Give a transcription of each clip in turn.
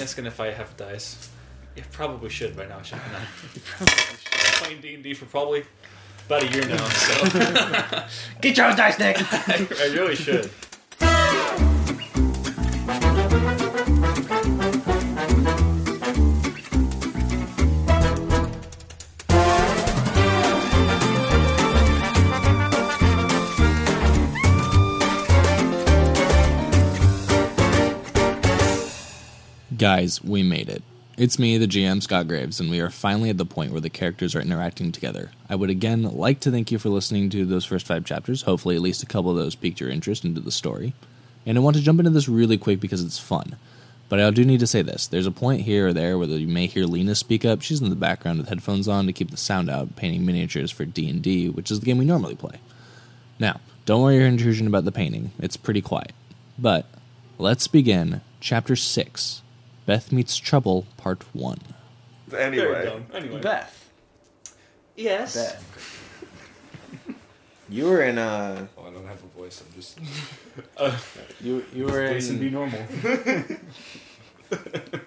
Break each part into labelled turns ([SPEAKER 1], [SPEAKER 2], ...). [SPEAKER 1] asking if I have dice. Yeah, probably should by now, shouldn't I? Probably should. Playing D and D for probably about a year now, so
[SPEAKER 2] Get your own dice, Nick.
[SPEAKER 1] I, I really should.
[SPEAKER 3] Guys, we made it. It's me, the GM, Scott Graves, and we are finally at the point where the characters are interacting together. I would again like to thank you for listening to those first five chapters. Hopefully, at least a couple of those piqued your interest into the story. And I want to jump into this really quick because it's fun. But I do need to say this there's a point here or there where you may hear Lena speak up. She's in the background with headphones on to keep the sound out, painting miniatures for D&D, which is the game we normally play. Now, don't worry your intrusion about the painting. It's pretty quiet. But let's begin chapter 6 Beth Meets Trouble, Part 1.
[SPEAKER 1] Very
[SPEAKER 4] Anyway,
[SPEAKER 1] dumb. Anyway,
[SPEAKER 2] Beth.
[SPEAKER 1] yes.
[SPEAKER 2] Beth. You were in uh
[SPEAKER 5] Oh, I don't have a voice. I'm just Uh,
[SPEAKER 2] you you were
[SPEAKER 1] Jason,
[SPEAKER 2] in
[SPEAKER 1] be normal. All right,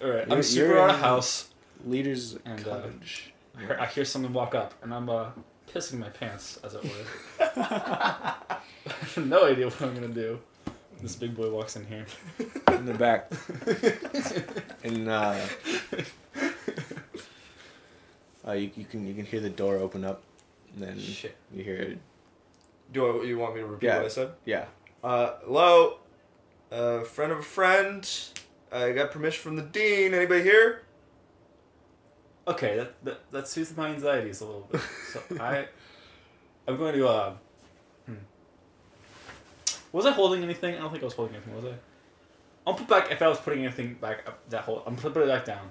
[SPEAKER 2] You're-
[SPEAKER 1] I'm super
[SPEAKER 2] you're
[SPEAKER 1] out of
[SPEAKER 2] in-
[SPEAKER 1] house.
[SPEAKER 2] leaders
[SPEAKER 1] And, uh,
[SPEAKER 2] cottage.
[SPEAKER 1] I hear, I hear someone walk up, and I'm uh, pissing my pants, as it were. I have no idea what I'm gonna do. This big boy walks in here.
[SPEAKER 2] in the back. and uh, uh you, you can you can hear the door open up and then
[SPEAKER 1] Shit.
[SPEAKER 2] you hear it
[SPEAKER 5] Do I, you want me to repeat
[SPEAKER 2] Yeah.
[SPEAKER 5] what I said?
[SPEAKER 2] yeah.
[SPEAKER 5] Uh, hello, uh, friend of a friend. I got permission from the dean. Anybody here?
[SPEAKER 1] Okay, that, that that soothes my anxieties a little bit. So I, I'm going to. Uh, hmm. Was I holding anything? I don't think I was holding anything. Was I? I'll put back if I was putting anything back up that hole. I'm gonna put it back down.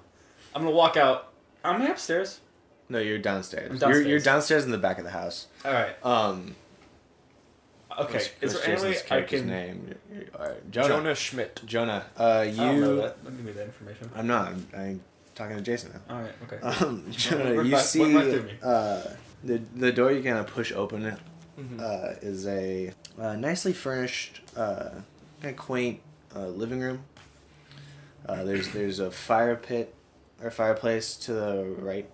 [SPEAKER 1] I'm gonna walk out. Am I upstairs?
[SPEAKER 2] No, you're downstairs.
[SPEAKER 1] I'm
[SPEAKER 2] You're you're
[SPEAKER 1] downstairs.
[SPEAKER 2] downstairs in the back of the house.
[SPEAKER 1] All right.
[SPEAKER 2] Um
[SPEAKER 1] Okay.
[SPEAKER 2] what's-
[SPEAKER 1] Is
[SPEAKER 2] what's
[SPEAKER 1] there any way
[SPEAKER 2] Jason's
[SPEAKER 1] I
[SPEAKER 2] character's
[SPEAKER 1] can?
[SPEAKER 2] name? You're- you're- all right, Jonah. Jonah.
[SPEAKER 5] Schmidt.
[SPEAKER 2] Uh
[SPEAKER 1] I don't know
[SPEAKER 2] you
[SPEAKER 1] that. Don't give me that information.
[SPEAKER 2] I'm not I'm, I'm talking to Jason now.
[SPEAKER 1] All right. Okay.
[SPEAKER 2] Um, Jonah,
[SPEAKER 1] What
[SPEAKER 2] you
[SPEAKER 1] about- what
[SPEAKER 2] see
[SPEAKER 1] about Jimmy?
[SPEAKER 2] uh, the the door you kind of push open uh, is a uh, nicely furnished, uh, kind of quaint uh, living room. Uh, there's there's a fire pit or fireplace to the right,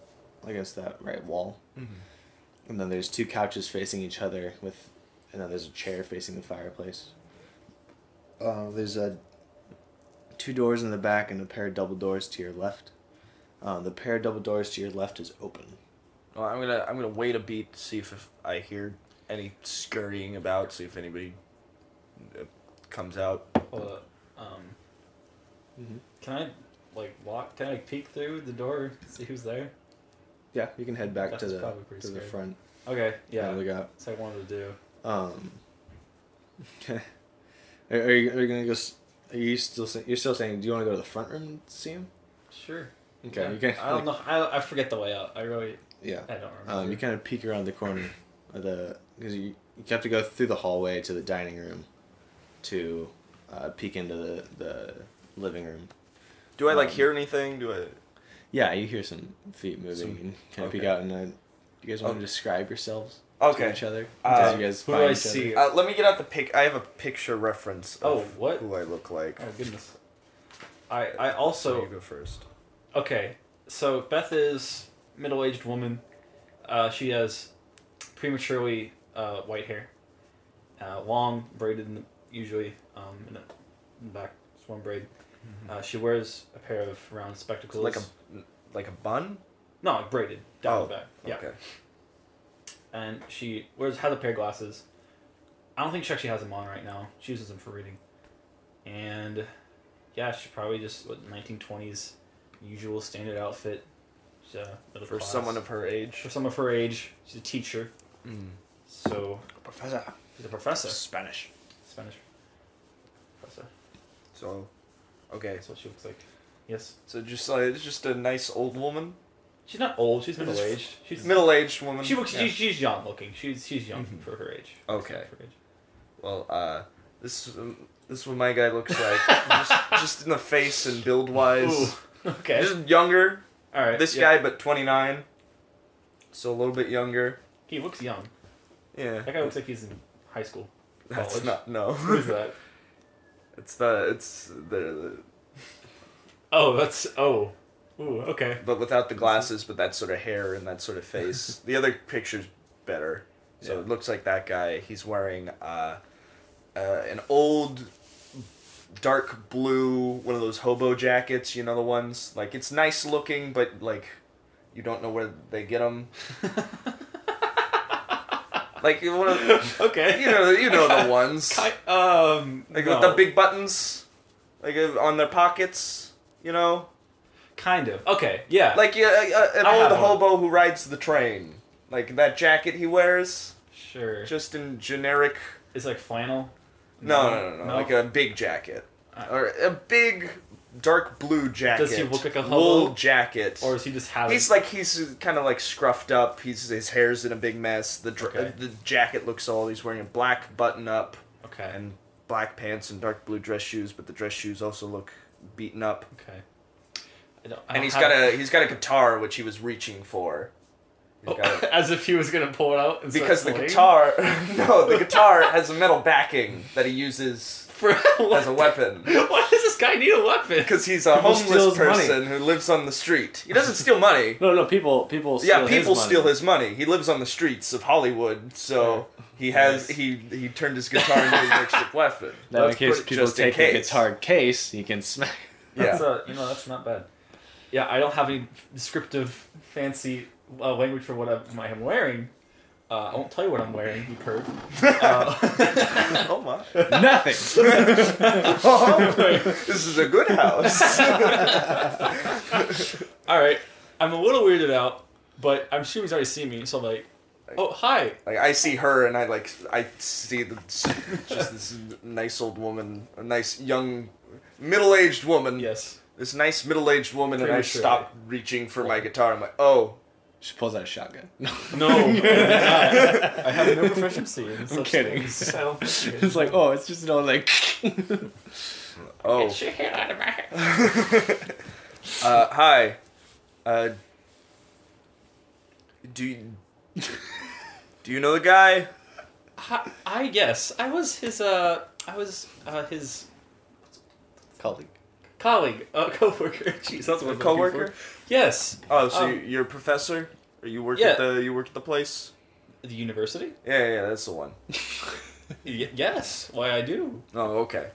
[SPEAKER 2] I guess that right wall, and then there's two couches facing each other with, and then there's a chair facing the fireplace. Uh, there's a two doors in the back and a pair of double doors to your left. Uh, the pair of double doors to your left is open.
[SPEAKER 5] Well, I'm gonna I'm gonna wait a beat to see if, if I hear any scurrying about. See if anybody uh, comes out.
[SPEAKER 1] Hold up. Um,
[SPEAKER 2] Mm-hmm.
[SPEAKER 1] Can I like walk? Can I like, peek through the door? See who's there?
[SPEAKER 2] Yeah, you can head back to
[SPEAKER 1] That's
[SPEAKER 2] the
[SPEAKER 1] probably pretty
[SPEAKER 2] to the
[SPEAKER 1] scary.
[SPEAKER 2] front.
[SPEAKER 1] Okay.
[SPEAKER 2] that
[SPEAKER 1] Yeah.
[SPEAKER 2] we got.
[SPEAKER 1] That's what I wanted to do.
[SPEAKER 2] Um, are, are you are you gonna go? s- Are you still sa- you're still saying? Do you want to go to the front room and see him?
[SPEAKER 1] Sure.
[SPEAKER 2] Okay,
[SPEAKER 1] Yeah.
[SPEAKER 2] you can.
[SPEAKER 1] I don't
[SPEAKER 2] like,
[SPEAKER 1] know. I, I forget the way out. I really.
[SPEAKER 2] Yeah,
[SPEAKER 1] I don't remember.
[SPEAKER 2] um, you kind of peek around the corner, of the because you you have to go through the hallway to the dining room, to uh, peek into the the living room.
[SPEAKER 5] Do I like
[SPEAKER 2] Um,
[SPEAKER 5] hear anything? Do I?
[SPEAKER 2] Yeah, you hear some feet moving
[SPEAKER 5] Some-
[SPEAKER 2] and kind of peek
[SPEAKER 5] okay.
[SPEAKER 2] out. And uh, do you guys
[SPEAKER 5] Oh.
[SPEAKER 2] want to describe yourselves
[SPEAKER 5] Okay.
[SPEAKER 2] to each other?
[SPEAKER 5] Uh,
[SPEAKER 2] Did you guys
[SPEAKER 1] who do
[SPEAKER 2] find
[SPEAKER 1] I
[SPEAKER 2] each other?
[SPEAKER 1] see?
[SPEAKER 5] Uh, let me get out the pic. I have a picture reference. Of
[SPEAKER 1] Oh, what?
[SPEAKER 5] Who I look like.
[SPEAKER 1] Oh goodness. I I
[SPEAKER 5] you
[SPEAKER 1] also
[SPEAKER 5] go first.
[SPEAKER 1] okay. So Beth is middle aged woman. Uh, she has prematurely uh, white hair, uh, long braided in the, usually um, in the, in the back. It's one braid.
[SPEAKER 5] mm-hmm.
[SPEAKER 1] Uh, she wears a pair of round spectacles.
[SPEAKER 5] Like a like a bun.
[SPEAKER 1] no, like braided down
[SPEAKER 5] Oh,
[SPEAKER 1] the back. Yeah.
[SPEAKER 5] Okay.
[SPEAKER 1] and she wears has a pair of glasses. I don't think she actually has them on right now. She uses them for reading, and yeah, she's probably just what nineteen twenties usual standard outfit. She's uh, middle
[SPEAKER 5] For
[SPEAKER 1] class.
[SPEAKER 5] someone of her age. Hmm.
[SPEAKER 1] for someone of her age, she's a teacher, so
[SPEAKER 2] Professor.
[SPEAKER 1] she's a professor,
[SPEAKER 2] Spanish.
[SPEAKER 1] Spanish professor.
[SPEAKER 5] So, okay.
[SPEAKER 1] That's what she looks like. Yes,
[SPEAKER 5] So just like it's just a nice old woman,
[SPEAKER 1] she's not old. She's
[SPEAKER 5] This is
[SPEAKER 1] middle aged. She's
[SPEAKER 5] middle aged woman.
[SPEAKER 1] She looks.
[SPEAKER 5] Yeah.
[SPEAKER 1] She's, she's young looking. She's she's young
[SPEAKER 5] Mhm.
[SPEAKER 1] for her age.
[SPEAKER 5] Okay.
[SPEAKER 1] For her age.
[SPEAKER 5] Well, uh, this um, this is what my guy looks like. just, just in the face and build wise,
[SPEAKER 1] Ooh. Okay.
[SPEAKER 5] just younger.
[SPEAKER 1] All right.
[SPEAKER 5] This
[SPEAKER 1] yeah.
[SPEAKER 5] guy, but twenty nine, so a little bit younger.
[SPEAKER 1] He looks young.
[SPEAKER 5] Yeah.
[SPEAKER 1] That guy looks like he's in high school.
[SPEAKER 5] That's
[SPEAKER 1] college.
[SPEAKER 5] not no.
[SPEAKER 1] What is that?
[SPEAKER 5] it's the it's the, the
[SPEAKER 1] Oh, that's oh, ooh, okay.
[SPEAKER 5] but without the glasses, but that sort of hair and that sort of face. the other picture's better. So it looks like that guy. He's wearing uh, uh, an old dark blue, one of those hobo jackets, you know the ones? Like, it's nice looking, but, like, you don't know where they get them. like, one of
[SPEAKER 1] Okay.
[SPEAKER 5] You know, you know the ones.
[SPEAKER 1] Ki- um,
[SPEAKER 5] Like,
[SPEAKER 1] no.
[SPEAKER 5] with the big buttons, like, uh, on their pockets, you know?
[SPEAKER 1] kind of okay, yeah,
[SPEAKER 5] Like yeah, uh, an
[SPEAKER 1] I have
[SPEAKER 5] old
[SPEAKER 1] one.
[SPEAKER 5] hobo who rides the train. Like that jacket he wears,
[SPEAKER 1] sure.
[SPEAKER 5] just in generic.
[SPEAKER 1] it's like flannel.
[SPEAKER 5] No, no, no, no. Like a big jacket,
[SPEAKER 1] I-
[SPEAKER 5] or a big dark blue jacket.
[SPEAKER 1] Does he look like a
[SPEAKER 5] Wool
[SPEAKER 1] hobo?
[SPEAKER 5] jacket.
[SPEAKER 1] or is he just having?
[SPEAKER 5] he's like he's kind of like scruffed up. He's his hair's in a big mess. The dr-
[SPEAKER 1] Okay.
[SPEAKER 5] the jacket looks old. He's wearing a black button up
[SPEAKER 1] okay,
[SPEAKER 5] and black pants and dark blue dress shoes, but the dress shoes also look beaten up.
[SPEAKER 1] okay. I don't, I
[SPEAKER 5] And
[SPEAKER 1] don't
[SPEAKER 5] he's
[SPEAKER 1] have-
[SPEAKER 5] got a he's got a guitar which he was reaching for.
[SPEAKER 1] Oh.
[SPEAKER 5] He's got a-
[SPEAKER 1] as if he was gonna pull it out and start
[SPEAKER 5] because the
[SPEAKER 1] playing.
[SPEAKER 5] guitar no the guitar has a metal backing that he uses
[SPEAKER 1] For
[SPEAKER 5] as a weapon
[SPEAKER 1] Why does this guy need a weapon?
[SPEAKER 5] because he's a
[SPEAKER 2] People steal
[SPEAKER 5] homeless
[SPEAKER 2] his money.
[SPEAKER 5] person who lives on the street he doesn't steal money
[SPEAKER 2] No, no, people, people.
[SPEAKER 5] yeah
[SPEAKER 2] steal
[SPEAKER 5] people
[SPEAKER 2] his
[SPEAKER 5] steal
[SPEAKER 2] money.
[SPEAKER 5] his money he lives on the streets of hollywood so he has he he turned his guitar into a makeshift weapon
[SPEAKER 2] Now, in
[SPEAKER 5] That's
[SPEAKER 2] case
[SPEAKER 5] pretty-
[SPEAKER 2] people
[SPEAKER 5] just in
[SPEAKER 2] take a
[SPEAKER 5] case.
[SPEAKER 2] guitar case, you can smack.
[SPEAKER 5] yeah
[SPEAKER 1] That's uh, you know, that's not bad. Yeah, I don't have any descriptive, fancy uh, language for what I'm, I am wearing. Uh, I won't tell you what I'm wearing, you perv. Uh,
[SPEAKER 5] oh my
[SPEAKER 2] Nothing.
[SPEAKER 5] this is a good house
[SPEAKER 1] all right, I'm a little weirded out, but I'm sure he's already seen me, so I'm like, oh hi.
[SPEAKER 5] Like I see her, and I like I see the just this nice old woman, a nice young middle-aged woman.
[SPEAKER 1] Yes.
[SPEAKER 5] This nice middle-aged woman, and I
[SPEAKER 1] Prematurely.
[SPEAKER 5] stop reaching for my guitar. I'm like, oh,
[SPEAKER 2] she pulls out a shotgun.
[SPEAKER 1] No, I did not. I have no proficiency in such
[SPEAKER 2] kidding.
[SPEAKER 1] things. I don't think it is.
[SPEAKER 2] it's like, oh, it's just an old like.
[SPEAKER 5] oh.
[SPEAKER 1] Get your hand out of my hair.
[SPEAKER 5] uh, hi. Uh, do you, do you know the guy?
[SPEAKER 1] Hi- I yes, I was his. Uh, I was uh, his
[SPEAKER 2] colleague.
[SPEAKER 1] colleague, uh, coworker. Jeez, that's what
[SPEAKER 5] A
[SPEAKER 1] I'm
[SPEAKER 5] coworker?
[SPEAKER 1] Looking for. Yes,
[SPEAKER 5] Oh, so
[SPEAKER 1] Um,
[SPEAKER 5] you- you're a professor? Or you work at
[SPEAKER 1] Yeah.
[SPEAKER 5] the you work at the place?
[SPEAKER 1] the university.
[SPEAKER 5] Yeah, yeah, yeah, that's the one.
[SPEAKER 1] Y- yes, why I do.
[SPEAKER 5] Oh, okay.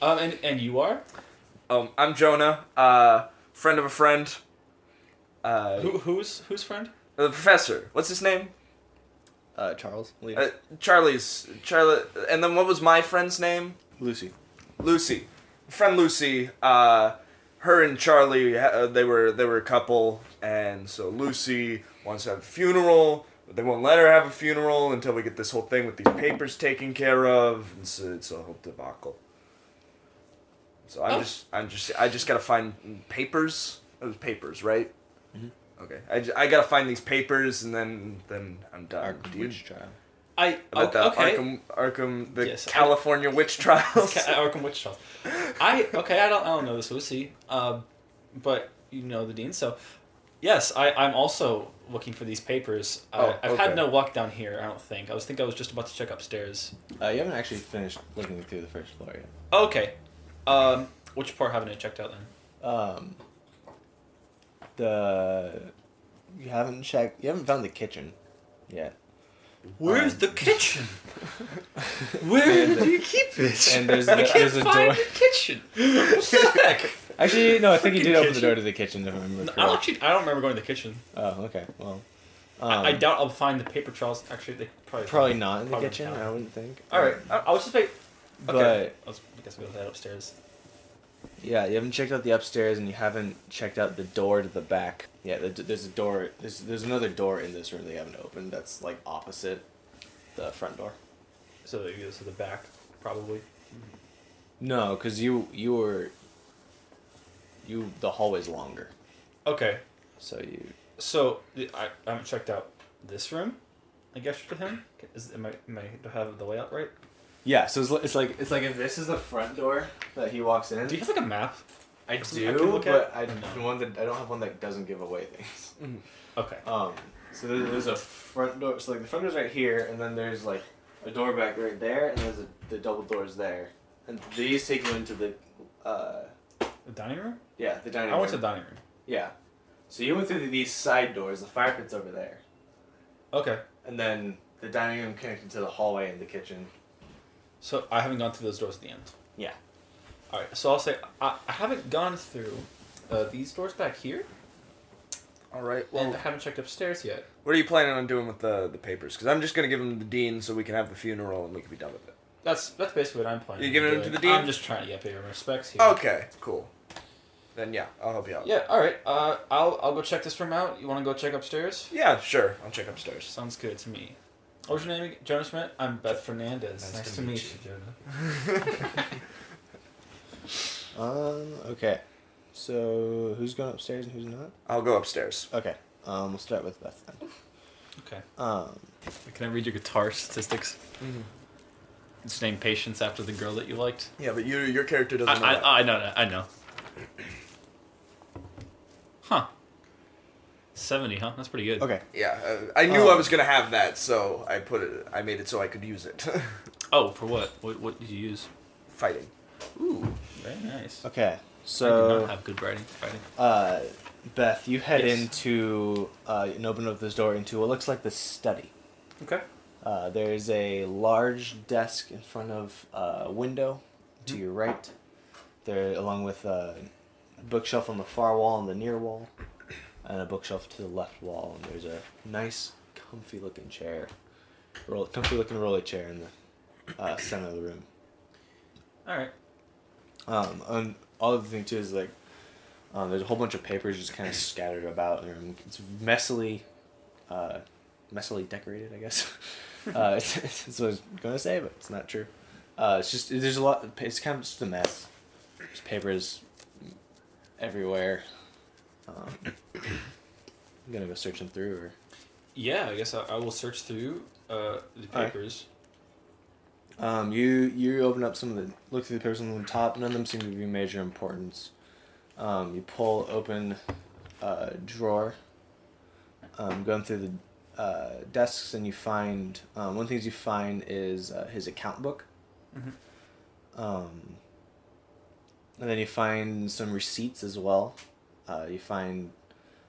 [SPEAKER 1] Um, and and you are
[SPEAKER 5] Um, I'm Jonah, uh, friend of a friend. Uh,
[SPEAKER 1] who? Who's whose friend?
[SPEAKER 5] The professor. What's his name?
[SPEAKER 2] Uh, Charles. Lee.
[SPEAKER 5] Uh, Charlie's. Charlie. And then what was my friend's name?
[SPEAKER 2] Lucy.
[SPEAKER 5] Lucy. Friend Lucy. Uh, her and Charlie. Uh, they were they were a couple, and so Lucy wants to have a funeral. But they won't let her have a funeral until we get this whole thing with these papers taken care of. And so it's a whole debacle. So I'm
[SPEAKER 1] Oh.
[SPEAKER 5] just I'm just I just gotta find papers. Those papers, right? Okay. I, j- I gotta find these papers and then then I'm done.
[SPEAKER 2] Our
[SPEAKER 5] Do you-
[SPEAKER 2] witch child.
[SPEAKER 1] I
[SPEAKER 5] about
[SPEAKER 1] o-
[SPEAKER 5] the
[SPEAKER 1] okay.
[SPEAKER 5] Arkham, Arkham, the
[SPEAKER 1] Yes, I-
[SPEAKER 5] California witch trials.
[SPEAKER 1] Ca- uh, Arkham Witch Trials. I okay. I don't. I don't know this Lucy. Um, but you know the dean. So yes, I I'm also looking for these papers. I,
[SPEAKER 5] Oh,
[SPEAKER 1] I've
[SPEAKER 5] okay.
[SPEAKER 1] had no luck down here. I don't think. I was think I was just about to check upstairs.
[SPEAKER 2] Uh, you haven't actually finished looking through the first floor yet.
[SPEAKER 1] Okay. Um, which part haven't I checked out then?
[SPEAKER 2] Um, the you haven't checked. You haven't found the kitchen yet,
[SPEAKER 1] Where's
[SPEAKER 2] Um,
[SPEAKER 1] the kitchen? Where
[SPEAKER 2] And the-
[SPEAKER 1] do you keep it?
[SPEAKER 2] and there's
[SPEAKER 1] I
[SPEAKER 2] the-
[SPEAKER 1] can't
[SPEAKER 2] there's a
[SPEAKER 1] find
[SPEAKER 2] door.
[SPEAKER 1] the kitchen. What the heck?
[SPEAKER 2] Actually, no. I think you did
[SPEAKER 1] Freaking
[SPEAKER 2] open the door to the kitchen. If I remember
[SPEAKER 1] I don't
[SPEAKER 2] correct.
[SPEAKER 1] actually. I don't remember going to the kitchen.
[SPEAKER 2] Oh, okay. Well, um,
[SPEAKER 1] I, I doubt I'll find the paper trails. Actually, they probably
[SPEAKER 2] probably not in the
[SPEAKER 1] Probably
[SPEAKER 2] kitchen.
[SPEAKER 1] not.
[SPEAKER 2] I wouldn't think.
[SPEAKER 1] All right. I, I was just like. Okay.
[SPEAKER 2] But-
[SPEAKER 1] I, was, I guess we'll head upstairs.
[SPEAKER 2] Yeah, you haven't checked out the upstairs, and you haven't checked out the door to the back. Yeah, the, there's a door. There's there's another door in this room that you haven't opened. That's like opposite the front door.
[SPEAKER 1] So maybe this is the back, probably.
[SPEAKER 2] No, because you you were you the hallway's longer,
[SPEAKER 1] Okay.
[SPEAKER 2] so you
[SPEAKER 1] So the- I, I haven't checked out this room. I guess to him. Is am I am I do I have the layout right?
[SPEAKER 2] yeah. So it's, li- it's like it's like if this is the front door that he walks in.
[SPEAKER 1] Do you have like a map?
[SPEAKER 2] I
[SPEAKER 1] something I
[SPEAKER 2] do,
[SPEAKER 1] can look
[SPEAKER 2] but
[SPEAKER 1] at?
[SPEAKER 2] I
[SPEAKER 1] No.
[SPEAKER 2] the one that I don't have one that doesn't give away things.
[SPEAKER 1] Okay.
[SPEAKER 2] Um, so there- there's a front door. So like the front door's right here, and then there's like a door back right there, and there's a, the double doors there, and these take you into the uh,
[SPEAKER 1] The dining room?
[SPEAKER 2] Yeah, the dining
[SPEAKER 1] I went to
[SPEAKER 2] room.
[SPEAKER 1] the dining room.
[SPEAKER 2] Yeah. So you went through these side doors. The fire pit's over there.
[SPEAKER 1] Okay.
[SPEAKER 2] And then the dining room connected to the hallway and the kitchen.
[SPEAKER 1] So I haven't gone through those doors at the end.
[SPEAKER 2] Yeah.
[SPEAKER 1] All right. So I'll say I, I haven't gone through uh, these doors back here,
[SPEAKER 5] All right.
[SPEAKER 1] and
[SPEAKER 5] Well,
[SPEAKER 1] I haven't checked upstairs yet.
[SPEAKER 5] what are you planning on doing with the the papers? Because I'm just gonna give them to the dean so we can have the funeral and we can be done with it.
[SPEAKER 1] That's that's basically what I'm planning.
[SPEAKER 5] You
[SPEAKER 1] on
[SPEAKER 5] giving them
[SPEAKER 1] doing.
[SPEAKER 5] to the dean? Oh,
[SPEAKER 1] I'm just trying to get paid my respects here.
[SPEAKER 5] Okay. Cool. Then yeah, I'll help you out.
[SPEAKER 1] Yeah. All right. Uh, I'll I'll go check this room out. You want to go check upstairs?
[SPEAKER 5] Yeah, sure. I'll check upstairs.
[SPEAKER 1] Sounds good to me. What's your name? again? Jonas Schmidt. I'm Beth Fernandez. Nice, to, meet, you, Jonas.
[SPEAKER 2] Um. Okay. So who's going upstairs and who's not?
[SPEAKER 5] I'll go upstairs.
[SPEAKER 2] Okay. Um. We'll start with Beth then.
[SPEAKER 1] Okay.
[SPEAKER 2] Um.
[SPEAKER 1] Can I read your guitar statistics?
[SPEAKER 5] Mhm.
[SPEAKER 1] It's named Patience after the girl that you liked.
[SPEAKER 5] Yeah, but you your character doesn't. know
[SPEAKER 1] I, uh,
[SPEAKER 5] that.
[SPEAKER 1] I, I know that. I know. Huh. 70, huh? That's pretty good.
[SPEAKER 2] Okay.
[SPEAKER 5] yeah, uh, I
[SPEAKER 1] Oh.
[SPEAKER 5] knew I
[SPEAKER 2] Um,
[SPEAKER 5] was gonna have that, so I put it. I made it so I could use it.
[SPEAKER 1] Oh, for what? What, what did you use?
[SPEAKER 5] Fighting.
[SPEAKER 1] Ooh, very nice.
[SPEAKER 2] Okay.
[SPEAKER 1] I did not
[SPEAKER 2] So,
[SPEAKER 1] have good writing. writing.
[SPEAKER 2] uh, Beth, you head
[SPEAKER 1] Yes.
[SPEAKER 2] into uh, and open up this door into what looks like the study.
[SPEAKER 1] Okay.
[SPEAKER 2] Uh, there's a large desk in front of uh, a window to your right. There, along with a bookshelf on the far wall and the near wall, and a bookshelf to the left wall. And there's a nice, comfy looking chair, roll, comfy looking roller chair in the uh, center of the room.
[SPEAKER 1] All right.
[SPEAKER 2] Um, and all the thing too is like, um, there's a whole bunch of papers just kind of scattered about, in the room. it's messily, uh, messily decorated, I guess. uh, it's, it's, it's what I was gonna say, but it's not true. Uh, it's just there's a lot. It's kind of just a mess. There's papers everywhere. Um, I'm gonna go searching through. Or
[SPEAKER 1] Yeah, I guess I, I will search through uh, the
[SPEAKER 2] All right.
[SPEAKER 1] papers.
[SPEAKER 2] Um, you you open up some of the look through the papers on the top. None of them seem to be major importance. Um, you pull open uh, drawer. Um, going through the uh, desks and you find um, one of the things you find is uh, his account book. Um, and then you find some receipts as well. Uh, you find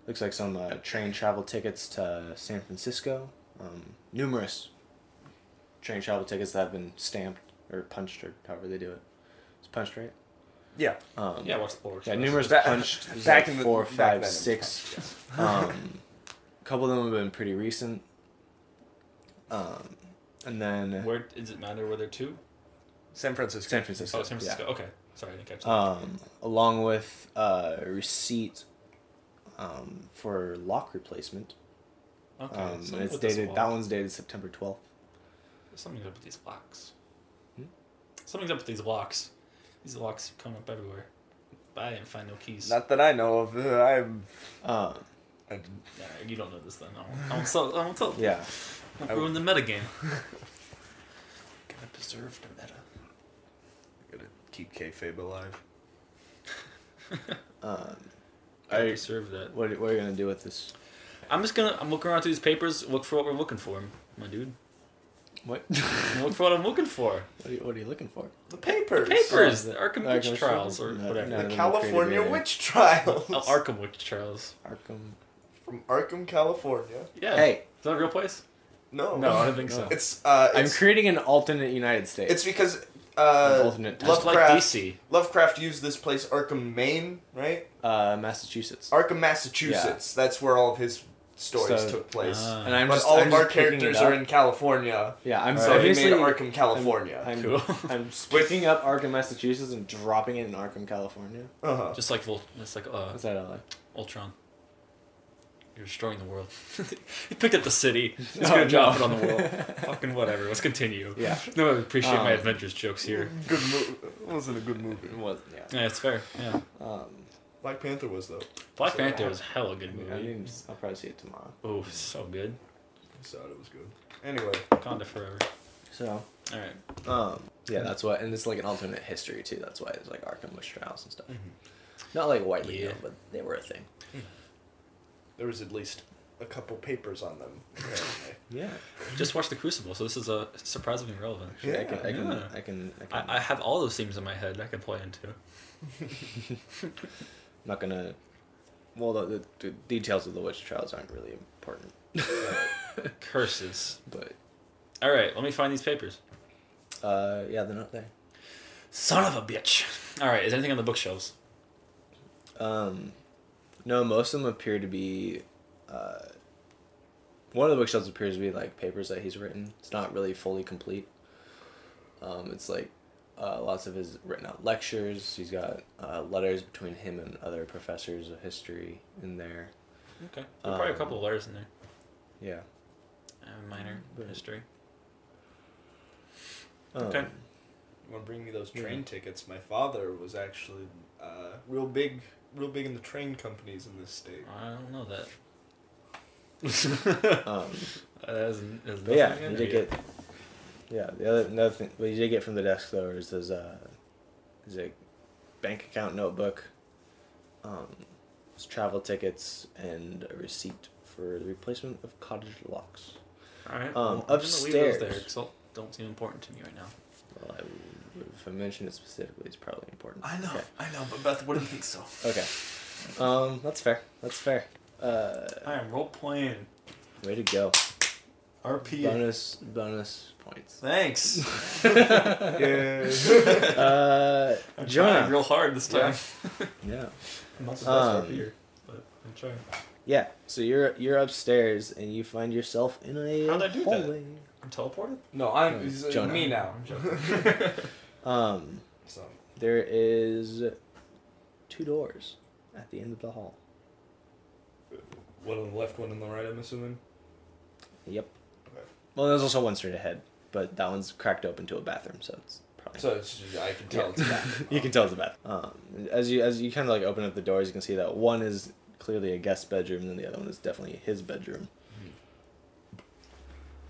[SPEAKER 2] looks like some uh, train travel tickets to San Francisco. Um, numerous train travel tickets that have been stamped or punched or however they do it. It's punched, right?
[SPEAKER 5] Yeah.
[SPEAKER 2] Um,
[SPEAKER 1] Yeah, what's the board?
[SPEAKER 2] yeah, numerous
[SPEAKER 5] Back-
[SPEAKER 2] punched. There's
[SPEAKER 5] back
[SPEAKER 2] like
[SPEAKER 5] in the-
[SPEAKER 2] four,
[SPEAKER 5] back then it
[SPEAKER 2] five,
[SPEAKER 5] was
[SPEAKER 2] six. Um, a couple of them have been pretty recent. Um, and then
[SPEAKER 1] Where does it matter where they're to?
[SPEAKER 5] San Francisco.
[SPEAKER 2] San Francisco.
[SPEAKER 1] Oh, San
[SPEAKER 2] yeah.
[SPEAKER 1] Francisco. Okay. Sorry, I didn't catch that.
[SPEAKER 2] Um, along with uh, a receipt um, for lock replacement.
[SPEAKER 1] okay.
[SPEAKER 2] Um,
[SPEAKER 1] something
[SPEAKER 2] and it's
[SPEAKER 1] with this
[SPEAKER 2] dated.
[SPEAKER 1] wall.
[SPEAKER 2] That one's dated September twelfth.
[SPEAKER 1] Something's up with these locks.
[SPEAKER 2] Hmm?
[SPEAKER 1] Something's up with these locks. These locks come up everywhere. But I didn't find no keys.
[SPEAKER 5] Not that I know of. Uh, I'm.
[SPEAKER 2] Um,
[SPEAKER 5] I,
[SPEAKER 1] Nah, you don't know this then. I won't- I won't tell. I won't tell.
[SPEAKER 2] yeah.
[SPEAKER 1] I won't ruin the meta game. Gotta preserve the meta.
[SPEAKER 5] gotta keep kayfabe alive.
[SPEAKER 2] Um,
[SPEAKER 1] Gotta
[SPEAKER 2] I-
[SPEAKER 1] preserve that.
[SPEAKER 2] what, what are you gonna do with this?
[SPEAKER 1] I'm just gonna. I'm looking around through these papers. Look for what we're looking for, my dude.
[SPEAKER 2] What? what,
[SPEAKER 1] I'm look for what I'm looking for.
[SPEAKER 2] are you, what are you looking for?
[SPEAKER 5] The papers.
[SPEAKER 1] Papers.
[SPEAKER 2] the-
[SPEAKER 1] the Arkham
[SPEAKER 2] Arkham
[SPEAKER 1] witch trials or
[SPEAKER 2] Witch- no,
[SPEAKER 1] whatever.
[SPEAKER 2] no.
[SPEAKER 5] The
[SPEAKER 2] They're
[SPEAKER 5] California
[SPEAKER 2] created-
[SPEAKER 5] witch trials.
[SPEAKER 1] Oh, Arkham witch trials.
[SPEAKER 2] Arkham.
[SPEAKER 5] From Arkham, California.
[SPEAKER 1] Yeah.
[SPEAKER 2] Hey,
[SPEAKER 1] Is that a real place?
[SPEAKER 2] Oh.
[SPEAKER 5] No.
[SPEAKER 1] No, I don't think so.
[SPEAKER 2] No.
[SPEAKER 5] It's uh.
[SPEAKER 2] I'm
[SPEAKER 5] It's,
[SPEAKER 2] creating an alternate United States.
[SPEAKER 5] it's because uh.
[SPEAKER 2] An alternate
[SPEAKER 1] Just
[SPEAKER 5] Lovecraft.
[SPEAKER 1] like DC.
[SPEAKER 5] Lovecraft used this place, Arkham, Maine, right?
[SPEAKER 2] uh, Massachusetts.
[SPEAKER 5] Arkham, Massachusetts. That's where all of his stories
[SPEAKER 2] So-
[SPEAKER 5] took place.
[SPEAKER 1] Ah.
[SPEAKER 2] and I'm
[SPEAKER 5] but
[SPEAKER 2] just
[SPEAKER 5] all
[SPEAKER 2] I'm
[SPEAKER 5] of
[SPEAKER 2] just
[SPEAKER 5] our
[SPEAKER 2] picking it
[SPEAKER 5] characters
[SPEAKER 2] up.
[SPEAKER 5] are in California.
[SPEAKER 2] Yeah, I'm
[SPEAKER 5] So he
[SPEAKER 2] obviously
[SPEAKER 5] made Arkham, California.
[SPEAKER 2] I'm,
[SPEAKER 1] Cool.
[SPEAKER 2] I'm picking up Arkham, Massachusetts, and dropping it in Arkham, California.
[SPEAKER 5] uh-huh.
[SPEAKER 1] Just like Vol- just like uh,
[SPEAKER 2] What's that all like?
[SPEAKER 1] Ultron. You're destroying the world. he picked up the city. He's
[SPEAKER 2] No,
[SPEAKER 1] gonna
[SPEAKER 2] Oh, no.
[SPEAKER 1] drop it on the world. Fucking whatever. Let's continue.
[SPEAKER 2] Yeah.
[SPEAKER 1] No, I appreciate my
[SPEAKER 2] Um,
[SPEAKER 1] adventures jokes here.
[SPEAKER 5] good movie. wasn't a good movie.
[SPEAKER 2] It was yeah.
[SPEAKER 1] Yeah, it's fair. Yeah.
[SPEAKER 2] Um,
[SPEAKER 5] Black Panther was though.
[SPEAKER 1] Black
[SPEAKER 2] So, uh,
[SPEAKER 1] Panther
[SPEAKER 2] yeah.
[SPEAKER 1] was hella good
[SPEAKER 2] I
[SPEAKER 1] movie.
[SPEAKER 2] didn't, I'll probably see it tomorrow.
[SPEAKER 1] Oh, so good.
[SPEAKER 5] So it was good. Anyway,
[SPEAKER 1] Conda forever.
[SPEAKER 2] So,
[SPEAKER 1] All right.
[SPEAKER 2] um, yeah, that's why, and it's like an alternate history too. That's why it's like Arkham witch trials and stuff. Not like widely
[SPEAKER 1] Yeah.
[SPEAKER 2] known, but they were a thing.
[SPEAKER 5] there was at least a couple papers on them. apparently.
[SPEAKER 2] Yeah.
[SPEAKER 1] Just watch the Crucible. So this is a surprisingly relevant.
[SPEAKER 2] Actually, I can, I can,
[SPEAKER 1] Yeah.
[SPEAKER 2] I can, I can,
[SPEAKER 1] I, I have all those themes in my head I can play into.
[SPEAKER 2] I'm not gonna. Well, the, the, the details of the witch trials aren't really important,
[SPEAKER 1] Curses.
[SPEAKER 2] but
[SPEAKER 1] All right, let me find these papers.
[SPEAKER 2] uh, yeah, they're not there.
[SPEAKER 1] Son of a bitch. All right, is anything on the bookshelves?
[SPEAKER 2] Um, no, most of them appear to be. Uh, one of the bookshelves appears to be like papers that he's written. It's not really fully complete. Um, it's like uh, lots of his written out lectures. He's got uh, letters between him and other professors of history in there.
[SPEAKER 1] Okay, there are probably
[SPEAKER 2] Um,
[SPEAKER 1] a couple of letters in there.
[SPEAKER 2] Yeah.
[SPEAKER 1] Uh, minor
[SPEAKER 2] but-
[SPEAKER 1] history.
[SPEAKER 2] Um,
[SPEAKER 1] Okay.
[SPEAKER 5] You want to bring me those train tickets? My father was actually uh, real big, real big in the train companies in this state.
[SPEAKER 1] I don't know that.
[SPEAKER 2] Um,
[SPEAKER 1] Uh, that is, that is
[SPEAKER 2] but yeah,
[SPEAKER 1] nothing
[SPEAKER 2] he
[SPEAKER 1] in
[SPEAKER 2] did
[SPEAKER 1] there.
[SPEAKER 2] get. Yeah, the other another thing, what he did get from the desk though is his uh, his like, bank account notebook, um, his travel tickets, and a receipt for the replacement of cottage locks.
[SPEAKER 1] All right.
[SPEAKER 2] um,
[SPEAKER 1] I'm gonna leave those there
[SPEAKER 2] upstairs.
[SPEAKER 1] 'cause they'll- don't seem important to me right now.
[SPEAKER 2] Well, I would- if I mention it specifically, it's probably important. Okay.
[SPEAKER 5] I know, but Beth wouldn't think so.
[SPEAKER 2] Okay. Um, that's fair. That's fair. Uh,
[SPEAKER 1] I am role playing.
[SPEAKER 2] way to go.
[SPEAKER 1] RP.
[SPEAKER 2] Bonus bonus points.
[SPEAKER 1] Thanks.
[SPEAKER 5] Yeah.
[SPEAKER 2] Uh,
[SPEAKER 1] I'm trying
[SPEAKER 2] Jonah.
[SPEAKER 1] real hard this time.
[SPEAKER 2] Yeah.
[SPEAKER 1] I'm not the best
[SPEAKER 2] Um,
[SPEAKER 1] RPer, but I'm trying.
[SPEAKER 2] Yeah, so you're you're upstairs and you find yourself in a
[SPEAKER 1] How'd I do that?
[SPEAKER 2] hallway.
[SPEAKER 1] I'm teleported.
[SPEAKER 5] no, I'm
[SPEAKER 2] Nice.
[SPEAKER 5] it's, uh,
[SPEAKER 2] Jonah.
[SPEAKER 5] me now.
[SPEAKER 2] Um,
[SPEAKER 5] so,
[SPEAKER 2] there is two doors at the end of the hall.
[SPEAKER 5] one on the left, one on the right. I'm assuming.
[SPEAKER 2] Yep.
[SPEAKER 5] Okay.
[SPEAKER 2] Well, there's also one straight ahead, but that one's cracked open to a bathroom, so it's probably
[SPEAKER 5] So it's just, I can tell it's that.
[SPEAKER 2] you can tell it's a bathroom. Um, as you as you kind of like open up the doors, you can see that one is clearly a guest bedroom, and then the other one is definitely his bedroom.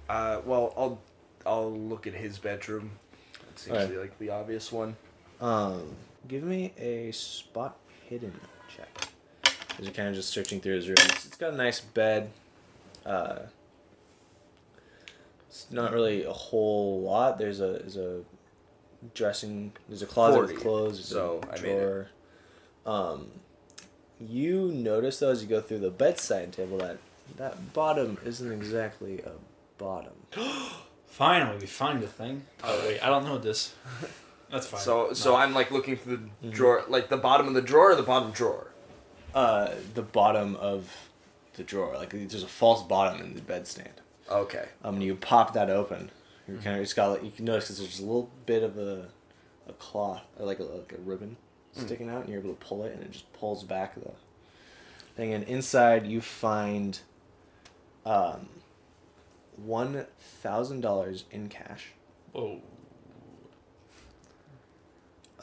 [SPEAKER 5] Uh, well, I'll I'll look at his bedroom. That seems
[SPEAKER 2] Alright.
[SPEAKER 5] to be like the obvious one.
[SPEAKER 2] Um, give me a spot hidden check. As you're kind of just searching through his room. It's, it's got a nice bed. Uh, it's not really a whole lot. There's a there's a dressing. There's a closet
[SPEAKER 5] 40,
[SPEAKER 2] with clothes. There's
[SPEAKER 5] so
[SPEAKER 2] a
[SPEAKER 5] I made it.
[SPEAKER 2] drawer. Um, you notice though as you go through the bedside table that that bottom isn't exactly a bottom.
[SPEAKER 1] Finally, we find the thing. Oh wait, I don't know this. That's fine.
[SPEAKER 5] So so
[SPEAKER 1] No.
[SPEAKER 5] I'm like looking through the drawer, like the bottom of the drawer, or the bottom drawer.
[SPEAKER 2] Uh, the bottom of the drawer. Like there's a false bottom in the bedstand.
[SPEAKER 5] Okay.
[SPEAKER 2] um, and you pop that open,
[SPEAKER 1] Mm-hmm.
[SPEAKER 2] you kind of it's got like, you can notice 'cause there's a little bit of a, a cloth or like a, like a ribbon
[SPEAKER 1] Mm.
[SPEAKER 2] sticking out, and you're able to pull it, and it just pulls back the thing. And inside, you find um, one thousand dollars in cash,
[SPEAKER 1] Whoa.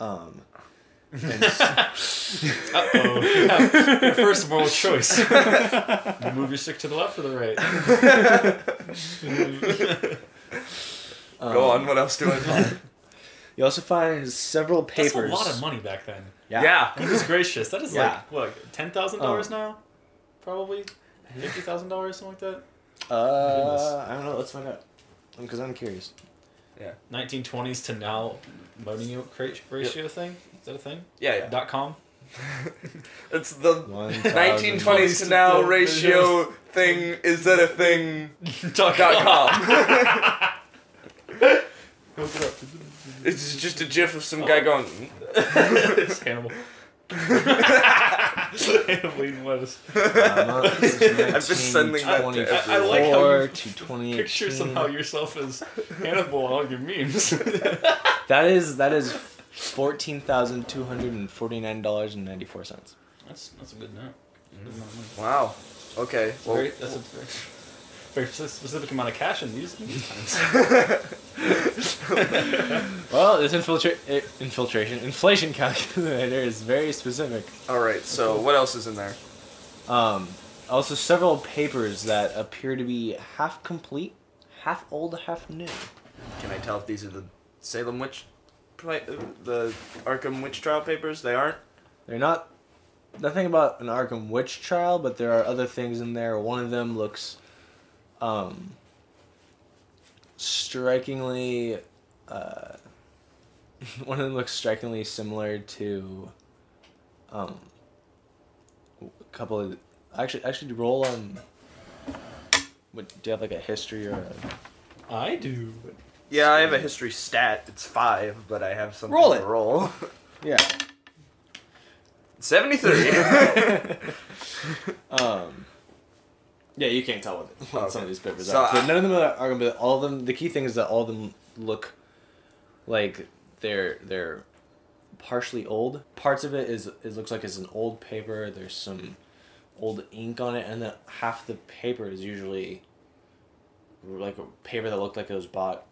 [SPEAKER 2] um, and s-
[SPEAKER 1] Uh oh. your first moral choice. You move your stick to the left or the right.
[SPEAKER 5] Go on. What else do I find?
[SPEAKER 2] um, you also find several papers.
[SPEAKER 1] That's a lot of money back then.
[SPEAKER 2] Yeah.
[SPEAKER 1] Goodness gracious, that is
[SPEAKER 2] Yeah.
[SPEAKER 1] like what ten thousand dollars
[SPEAKER 5] Oh.
[SPEAKER 1] now, probably fifty thousand dollars, something like that.
[SPEAKER 2] Uh, I don't know. Let's find out. Because I'm curious.
[SPEAKER 5] yeah.
[SPEAKER 1] Nineteen twenties to now, money cra- ratio thing. Is that a thing?
[SPEAKER 5] Yeah. Yeah.
[SPEAKER 1] Dot com.
[SPEAKER 5] It's the
[SPEAKER 2] One
[SPEAKER 5] 1920s to now ratio thing. Is that a thing?
[SPEAKER 1] Dot
[SPEAKER 5] Dot com. It's just a gif of some guy going. "Mm."
[SPEAKER 1] it's Hannibal. Hannibal eating lettuce.
[SPEAKER 5] Uh,
[SPEAKER 2] I've been
[SPEAKER 5] I've been sending that
[SPEAKER 1] I-
[SPEAKER 5] to
[SPEAKER 1] I like how you
[SPEAKER 2] to 2018.
[SPEAKER 1] Picture somehow yourself as Hannibal on all your memes.
[SPEAKER 2] That is that is fourteen thousand two hundred and forty nine dollars and ninety four cents.
[SPEAKER 1] That's that's a good note. Good amount of money.
[SPEAKER 5] Wow. Okay.
[SPEAKER 1] It's
[SPEAKER 5] Well,
[SPEAKER 1] very, that's a very, very spec- specific amount of cash in these, in these times.
[SPEAKER 2] Well, this infiltra- i- infiltration inflation calculator is very specific.
[SPEAKER 5] all right. So what else is in there?
[SPEAKER 2] Um, also, several papers that appear to be half complete, half old, half new.
[SPEAKER 5] Can I tell if these are the Salem witch, pla- uh, the Arkham witch trial papers? They aren't.
[SPEAKER 2] They're not nothing about an Arkham witch trial, but there are other things in there. One of them looks um strikingly, uh, one of them looks strikingly similar to, um, a couple of actually actually roll on. What do you have like a history or a,
[SPEAKER 1] I do.
[SPEAKER 5] Yeah, I have a history stat. It's five, but I have something
[SPEAKER 2] Roll
[SPEAKER 5] to
[SPEAKER 2] it.
[SPEAKER 5] roll.
[SPEAKER 2] yeah?
[SPEAKER 5] 73.
[SPEAKER 2] Um, yeah, you can't tell what, what some of these papers
[SPEAKER 5] So
[SPEAKER 2] are. But
[SPEAKER 5] I-
[SPEAKER 2] none of them are, are gonna be all of them. The key thing is that all of them look like they're they're partially old. Parts of it is it looks like it's an old paper. There's some old ink on it, and then half the paper is usually like a paper that looked like it was bought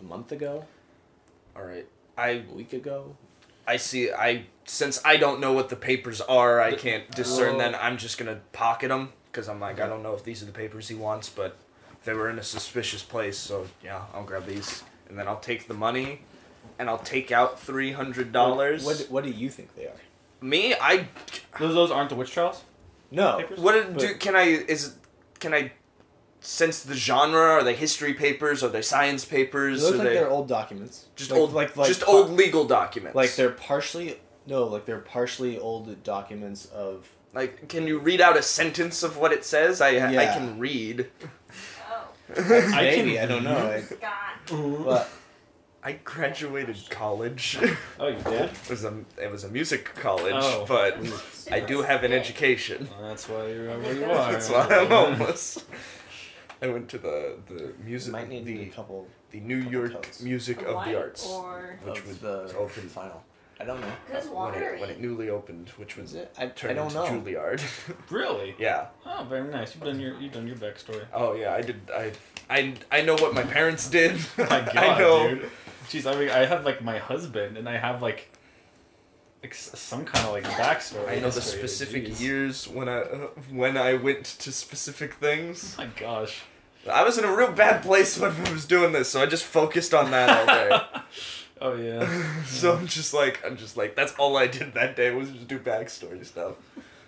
[SPEAKER 2] a month ago,
[SPEAKER 5] All right. I
[SPEAKER 2] a week ago.
[SPEAKER 5] I see. I since I don't know what the papers are, I can't discern.
[SPEAKER 2] Well-
[SPEAKER 5] Then I'm just gonna pocket them because I'm like I don't know if these are the papers he wants, but they were in a suspicious place. So yeah, I'll grab these and then I'll take the money, and I'll take out three hundred dollars.
[SPEAKER 2] What, what do you think they are?
[SPEAKER 5] Me, I
[SPEAKER 1] Those, those aren't the witch trials.
[SPEAKER 2] No.
[SPEAKER 1] Papers?
[SPEAKER 5] what did- do?
[SPEAKER 1] But-
[SPEAKER 5] Can I is can I sense the genre? Are they history papers? Are they science
[SPEAKER 2] It
[SPEAKER 5] papers?
[SPEAKER 2] looks
[SPEAKER 5] Are
[SPEAKER 2] like
[SPEAKER 5] they
[SPEAKER 2] they... are old documents.
[SPEAKER 5] just
[SPEAKER 2] Like-
[SPEAKER 5] old
[SPEAKER 2] like like
[SPEAKER 5] just
[SPEAKER 2] par-
[SPEAKER 5] old legal documents?
[SPEAKER 2] like they're partially no like they're partially old documents of
[SPEAKER 5] like can you read out a sentence of what it says? I I
[SPEAKER 2] Yeah.
[SPEAKER 5] can read.
[SPEAKER 4] Oh,
[SPEAKER 1] I
[SPEAKER 2] maybe
[SPEAKER 1] can
[SPEAKER 2] i don't know like,
[SPEAKER 4] God.
[SPEAKER 2] but
[SPEAKER 5] I graduated college.
[SPEAKER 1] Oh, you did?
[SPEAKER 5] it was a it was a music college,
[SPEAKER 1] Oh.
[SPEAKER 5] but
[SPEAKER 4] Shit,
[SPEAKER 5] I do have an
[SPEAKER 4] sick.
[SPEAKER 5] education.
[SPEAKER 1] Well, that's why you're where you are.
[SPEAKER 5] That's why I'm homeless. I went to the the
[SPEAKER 2] you
[SPEAKER 5] music
[SPEAKER 2] might need
[SPEAKER 5] the
[SPEAKER 2] a couple
[SPEAKER 5] the New
[SPEAKER 2] couple
[SPEAKER 5] York
[SPEAKER 2] coats.
[SPEAKER 5] Music of
[SPEAKER 4] White
[SPEAKER 5] the Arts,
[SPEAKER 4] Or
[SPEAKER 5] which
[SPEAKER 2] of
[SPEAKER 5] was
[SPEAKER 2] the
[SPEAKER 5] open
[SPEAKER 2] final i don't know
[SPEAKER 4] because
[SPEAKER 5] when
[SPEAKER 4] water.
[SPEAKER 5] it, when it newly opened, which was
[SPEAKER 2] Is it? I- I
[SPEAKER 5] turned
[SPEAKER 2] don't
[SPEAKER 5] into
[SPEAKER 2] know.
[SPEAKER 5] Juilliard.
[SPEAKER 1] Really?
[SPEAKER 5] yeah.
[SPEAKER 1] Oh, very nice. You've done your you've done your backstory.
[SPEAKER 5] Oh yeah. I did. I I I know what my parents did.
[SPEAKER 1] My God,
[SPEAKER 5] I know.
[SPEAKER 1] dude. Jeez, I mean, I have like my husband, and I have like, like s- some kind of like backstory.
[SPEAKER 5] I know the
[SPEAKER 1] history,
[SPEAKER 5] specific
[SPEAKER 1] jeez.
[SPEAKER 5] years when I when I went to specific things.
[SPEAKER 1] Oh my gosh.
[SPEAKER 5] I was in a real bad place when I was doing this, so I just focused on that all
[SPEAKER 1] Oh yeah.
[SPEAKER 5] day. so I'm just like, I'm just like, that's all I did that day was just do backstory stuff.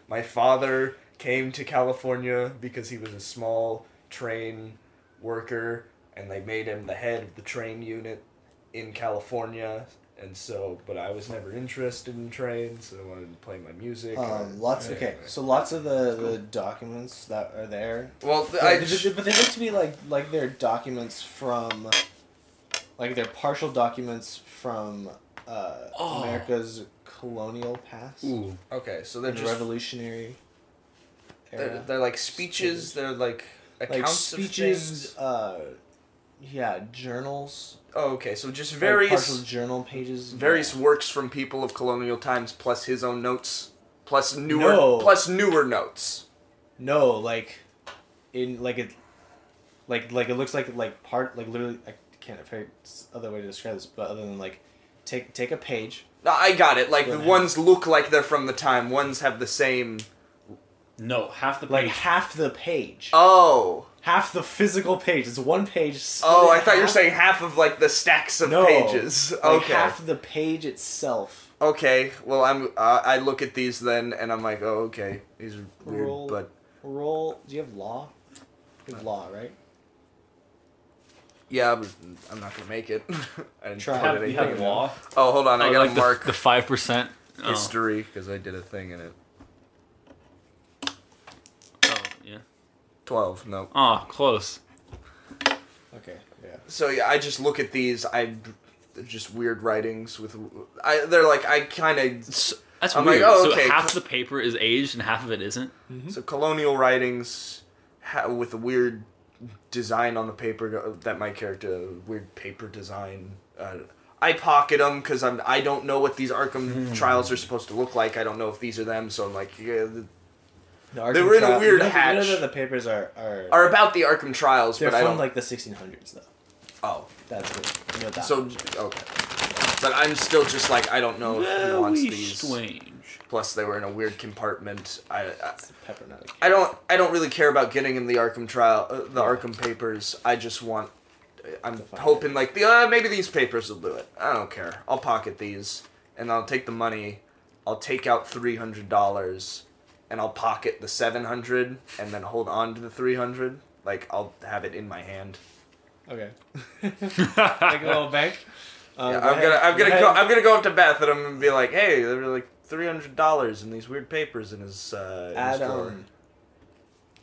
[SPEAKER 5] My father came to California because he was a small train worker, and they made him the head of the train unit in California. And so, but I was never interested in trains, so I wanted to play my music.
[SPEAKER 2] um, lots okay so lots of the, the documents that are there
[SPEAKER 5] well, th-
[SPEAKER 2] but,
[SPEAKER 5] I
[SPEAKER 2] but they- but they look to be like like they're documents from like they're partial documents from uh,
[SPEAKER 1] Oh.
[SPEAKER 2] america's colonial past
[SPEAKER 1] Ooh.
[SPEAKER 5] okay, so they're
[SPEAKER 2] and
[SPEAKER 5] just
[SPEAKER 2] revolutionary
[SPEAKER 5] they're, they're like speeches. They're like
[SPEAKER 2] like
[SPEAKER 5] accounts of things.
[SPEAKER 2] speeches, uh, yeah, journals,
[SPEAKER 5] Oh, okay. So just
[SPEAKER 2] like
[SPEAKER 5] various
[SPEAKER 2] partial journal pages,
[SPEAKER 5] various
[SPEAKER 2] Yeah.
[SPEAKER 5] works from people of colonial times, plus his own notes, plus newer
[SPEAKER 2] No.
[SPEAKER 5] plus newer notes.
[SPEAKER 2] No, like, in like it, like like it looks like like part like literally I can't figure it's other way to describe this, but other than like, take take a page.
[SPEAKER 5] No, I got it. Like the
[SPEAKER 2] Yeah.
[SPEAKER 5] ones look like they're from the time. Ones have the same.
[SPEAKER 1] No, half the
[SPEAKER 2] Like
[SPEAKER 1] page.
[SPEAKER 2] half the page,
[SPEAKER 5] Oh,
[SPEAKER 2] half the physical page. It's one page. split
[SPEAKER 5] oh!
[SPEAKER 2] in
[SPEAKER 5] I thought you were
[SPEAKER 2] half.
[SPEAKER 5] saying half of like the stacks of
[SPEAKER 2] no,
[SPEAKER 5] pages.
[SPEAKER 2] Like
[SPEAKER 5] okay.
[SPEAKER 2] half the page itself.
[SPEAKER 5] Okay. Well, I'm. Uh, I look at these then, and I'm like, oh, okay. These are weird,
[SPEAKER 2] Roll.
[SPEAKER 5] but
[SPEAKER 2] Roll. Do you have law? You have law, right?
[SPEAKER 5] yeah, but I'm not gonna make it. I didn't
[SPEAKER 2] Try.
[SPEAKER 5] put
[SPEAKER 1] Half- you
[SPEAKER 5] anything
[SPEAKER 1] have
[SPEAKER 5] in it.
[SPEAKER 1] law.
[SPEAKER 5] Oh, hold on. I
[SPEAKER 1] Oh,
[SPEAKER 5] gotta
[SPEAKER 1] like the-
[SPEAKER 5] mark
[SPEAKER 1] the five percent. Oh.
[SPEAKER 5] history because I did a thing in it.
[SPEAKER 1] oh yeah.
[SPEAKER 5] Twelve. No.
[SPEAKER 1] Oh, close.
[SPEAKER 2] Okay. Yeah.
[SPEAKER 5] So yeah, I just look at these. I they're just weird writings with. I they're like I kind of
[SPEAKER 1] That's
[SPEAKER 5] I'm
[SPEAKER 1] weird.
[SPEAKER 5] like, oh, okay,
[SPEAKER 1] So half
[SPEAKER 5] cl-
[SPEAKER 1] the paper is aged and half of it isn't.
[SPEAKER 2] Mm-hmm.
[SPEAKER 5] so colonial writings ha- with a weird design on the paper uh, that my character weird paper design. Uh, I pocket them because I'm I don't know what these Arkham
[SPEAKER 2] Hmm.
[SPEAKER 5] trials are supposed to look like. I don't know if these are them, so I'm like yeah. th-
[SPEAKER 2] The
[SPEAKER 5] They were in a
[SPEAKER 2] Arkansas-
[SPEAKER 5] weird
[SPEAKER 2] none of- none of
[SPEAKER 5] hatch.
[SPEAKER 2] the papers are are,
[SPEAKER 5] Are about the Arkham trials,
[SPEAKER 2] they're
[SPEAKER 5] but I
[SPEAKER 2] from
[SPEAKER 5] don't
[SPEAKER 2] like the 1600s though.
[SPEAKER 5] Oh,
[SPEAKER 2] That's what, you know, that.
[SPEAKER 5] so okay. But I'm still just like I don't know if he wants
[SPEAKER 1] Very
[SPEAKER 5] these.
[SPEAKER 1] strange.
[SPEAKER 5] Plus, they were in a weird compartment. I, I
[SPEAKER 2] It's pepper nut.
[SPEAKER 5] I don't I don't really care about getting him the Arkham trial uh, the Arkham papers. I just want uh, I'm
[SPEAKER 2] find
[SPEAKER 5] hoping like the uh, maybe these papers will do it. I don't care. I'll pocket these and I'll take the money. I'll take out three hundred dollars and I'll pocket the seven hundred and then hold on to the three hundred. Like I'll have it in my hand.
[SPEAKER 1] Okay. like a little bank.
[SPEAKER 2] Uh,
[SPEAKER 5] Yeah,
[SPEAKER 2] go
[SPEAKER 5] I'm
[SPEAKER 2] ahead.
[SPEAKER 5] gonna I'm
[SPEAKER 2] Go
[SPEAKER 5] gonna
[SPEAKER 2] ahead.
[SPEAKER 5] go I'm gonna go up to Beth and I'm gonna be like, hey, there were like three hundred dollars in these weird papers in his uh in his
[SPEAKER 2] add
[SPEAKER 5] drawer."
[SPEAKER 2] um.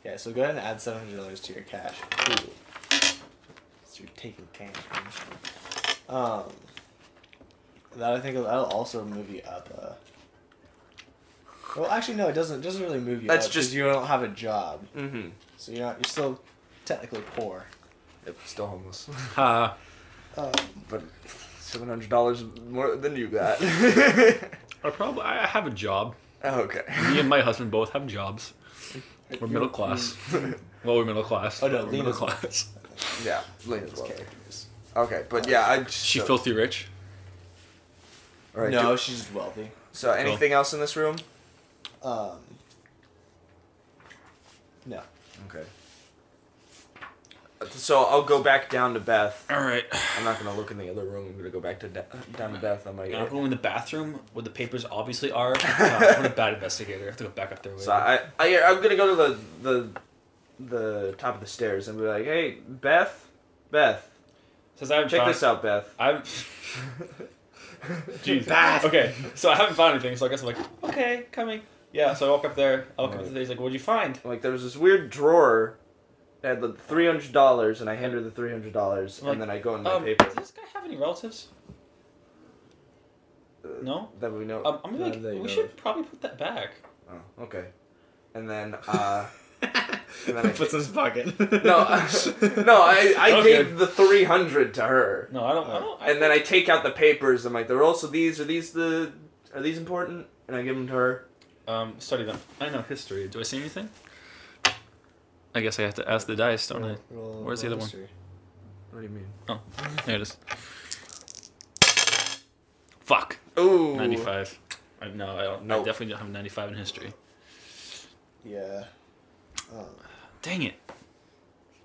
[SPEAKER 2] Yeah, so go ahead and add seven hundred dollars to your cash. Cool. So you're taking cash. man. Um, that I think that'll also move you up. Uh, well, actually, no, it doesn't. It doesn't really move you.
[SPEAKER 5] That's
[SPEAKER 2] up 'cause
[SPEAKER 5] just-
[SPEAKER 2] you don't have a job,
[SPEAKER 5] Mm-hmm.
[SPEAKER 2] so you're not. You're still technically poor.
[SPEAKER 5] Yep, still homeless.
[SPEAKER 1] Ha.
[SPEAKER 2] Um,
[SPEAKER 5] but seven hundred dollars more than you got.
[SPEAKER 1] I probably I I have a job.
[SPEAKER 5] Oh, okay.
[SPEAKER 1] Me and my husband both have jobs. We're
[SPEAKER 5] Mm.
[SPEAKER 1] middle class. well, we're middle class.
[SPEAKER 2] Oh, no,
[SPEAKER 1] We're
[SPEAKER 2] Lena's
[SPEAKER 1] middle class.
[SPEAKER 5] Yeah, Lane as
[SPEAKER 2] those
[SPEAKER 5] well.
[SPEAKER 2] characters.
[SPEAKER 5] Okay, Uh, but yeah, I
[SPEAKER 1] She
[SPEAKER 5] so,
[SPEAKER 1] filthy rich.
[SPEAKER 5] all right,
[SPEAKER 2] no,
[SPEAKER 5] do-
[SPEAKER 2] she's just wealthy.
[SPEAKER 5] so anything else in this room?
[SPEAKER 2] Um, no.
[SPEAKER 5] Okay. Uh, So I'll go back down to Beth.
[SPEAKER 1] All right.
[SPEAKER 5] I'm not gonna look in the other room. I'm gonna go back to de- down to Beth. I'm like,
[SPEAKER 1] I'm going in the bathroom where the papers obviously are. Uh, I'm a bad investigator. I have to go back up there. Later.
[SPEAKER 5] So I, I I'm gonna go to the the the top of the stairs and be like, hey, Beth, Beth,
[SPEAKER 1] Since I haven't
[SPEAKER 5] check
[SPEAKER 1] found,
[SPEAKER 5] this out, Beth.
[SPEAKER 1] I haven't. Jeez. Okay, so I haven't found anything. So I guess I'm like, okay, coming. Yeah. So I walk up there. I walk up to there. He's like, what'd you find?
[SPEAKER 5] Like there was this weird drawer that had the three hundred dollars, and I hand her the three hundred dollars,
[SPEAKER 1] Like,
[SPEAKER 5] and then I go in my
[SPEAKER 1] Um, does
[SPEAKER 5] paper.
[SPEAKER 1] this guy have any relatives? uh, No.
[SPEAKER 5] Uh, That we know.
[SPEAKER 1] Um, I'm
[SPEAKER 2] None
[SPEAKER 1] like,
[SPEAKER 2] that you
[SPEAKER 1] we
[SPEAKER 2] know
[SPEAKER 1] should
[SPEAKER 2] of.
[SPEAKER 1] probably put that back.
[SPEAKER 5] oh, okay. And then uh, And then I-
[SPEAKER 2] Puts in his pocket.
[SPEAKER 5] no, uh, no, I I
[SPEAKER 1] Okay.
[SPEAKER 5] gave the three hundred to her,
[SPEAKER 1] No, I don't. I don't. I
[SPEAKER 5] and then I take out the papers. I'm like, there are also these. Are these the? Are these important? And I give them to her.
[SPEAKER 1] um study them. I know history. Do I see anything? I guess I have to ask the dice, don't I?
[SPEAKER 2] Roll-
[SPEAKER 1] Where's the other
[SPEAKER 2] roll
[SPEAKER 1] one?
[SPEAKER 2] history.
[SPEAKER 5] What do you mean?
[SPEAKER 1] There it is. Fuck.
[SPEAKER 5] Ooh.
[SPEAKER 1] 95. I, no, I don't. I
[SPEAKER 5] Nope.
[SPEAKER 1] definitely don't have a 95 in history.
[SPEAKER 2] Yeah. Um,
[SPEAKER 1] Dang it.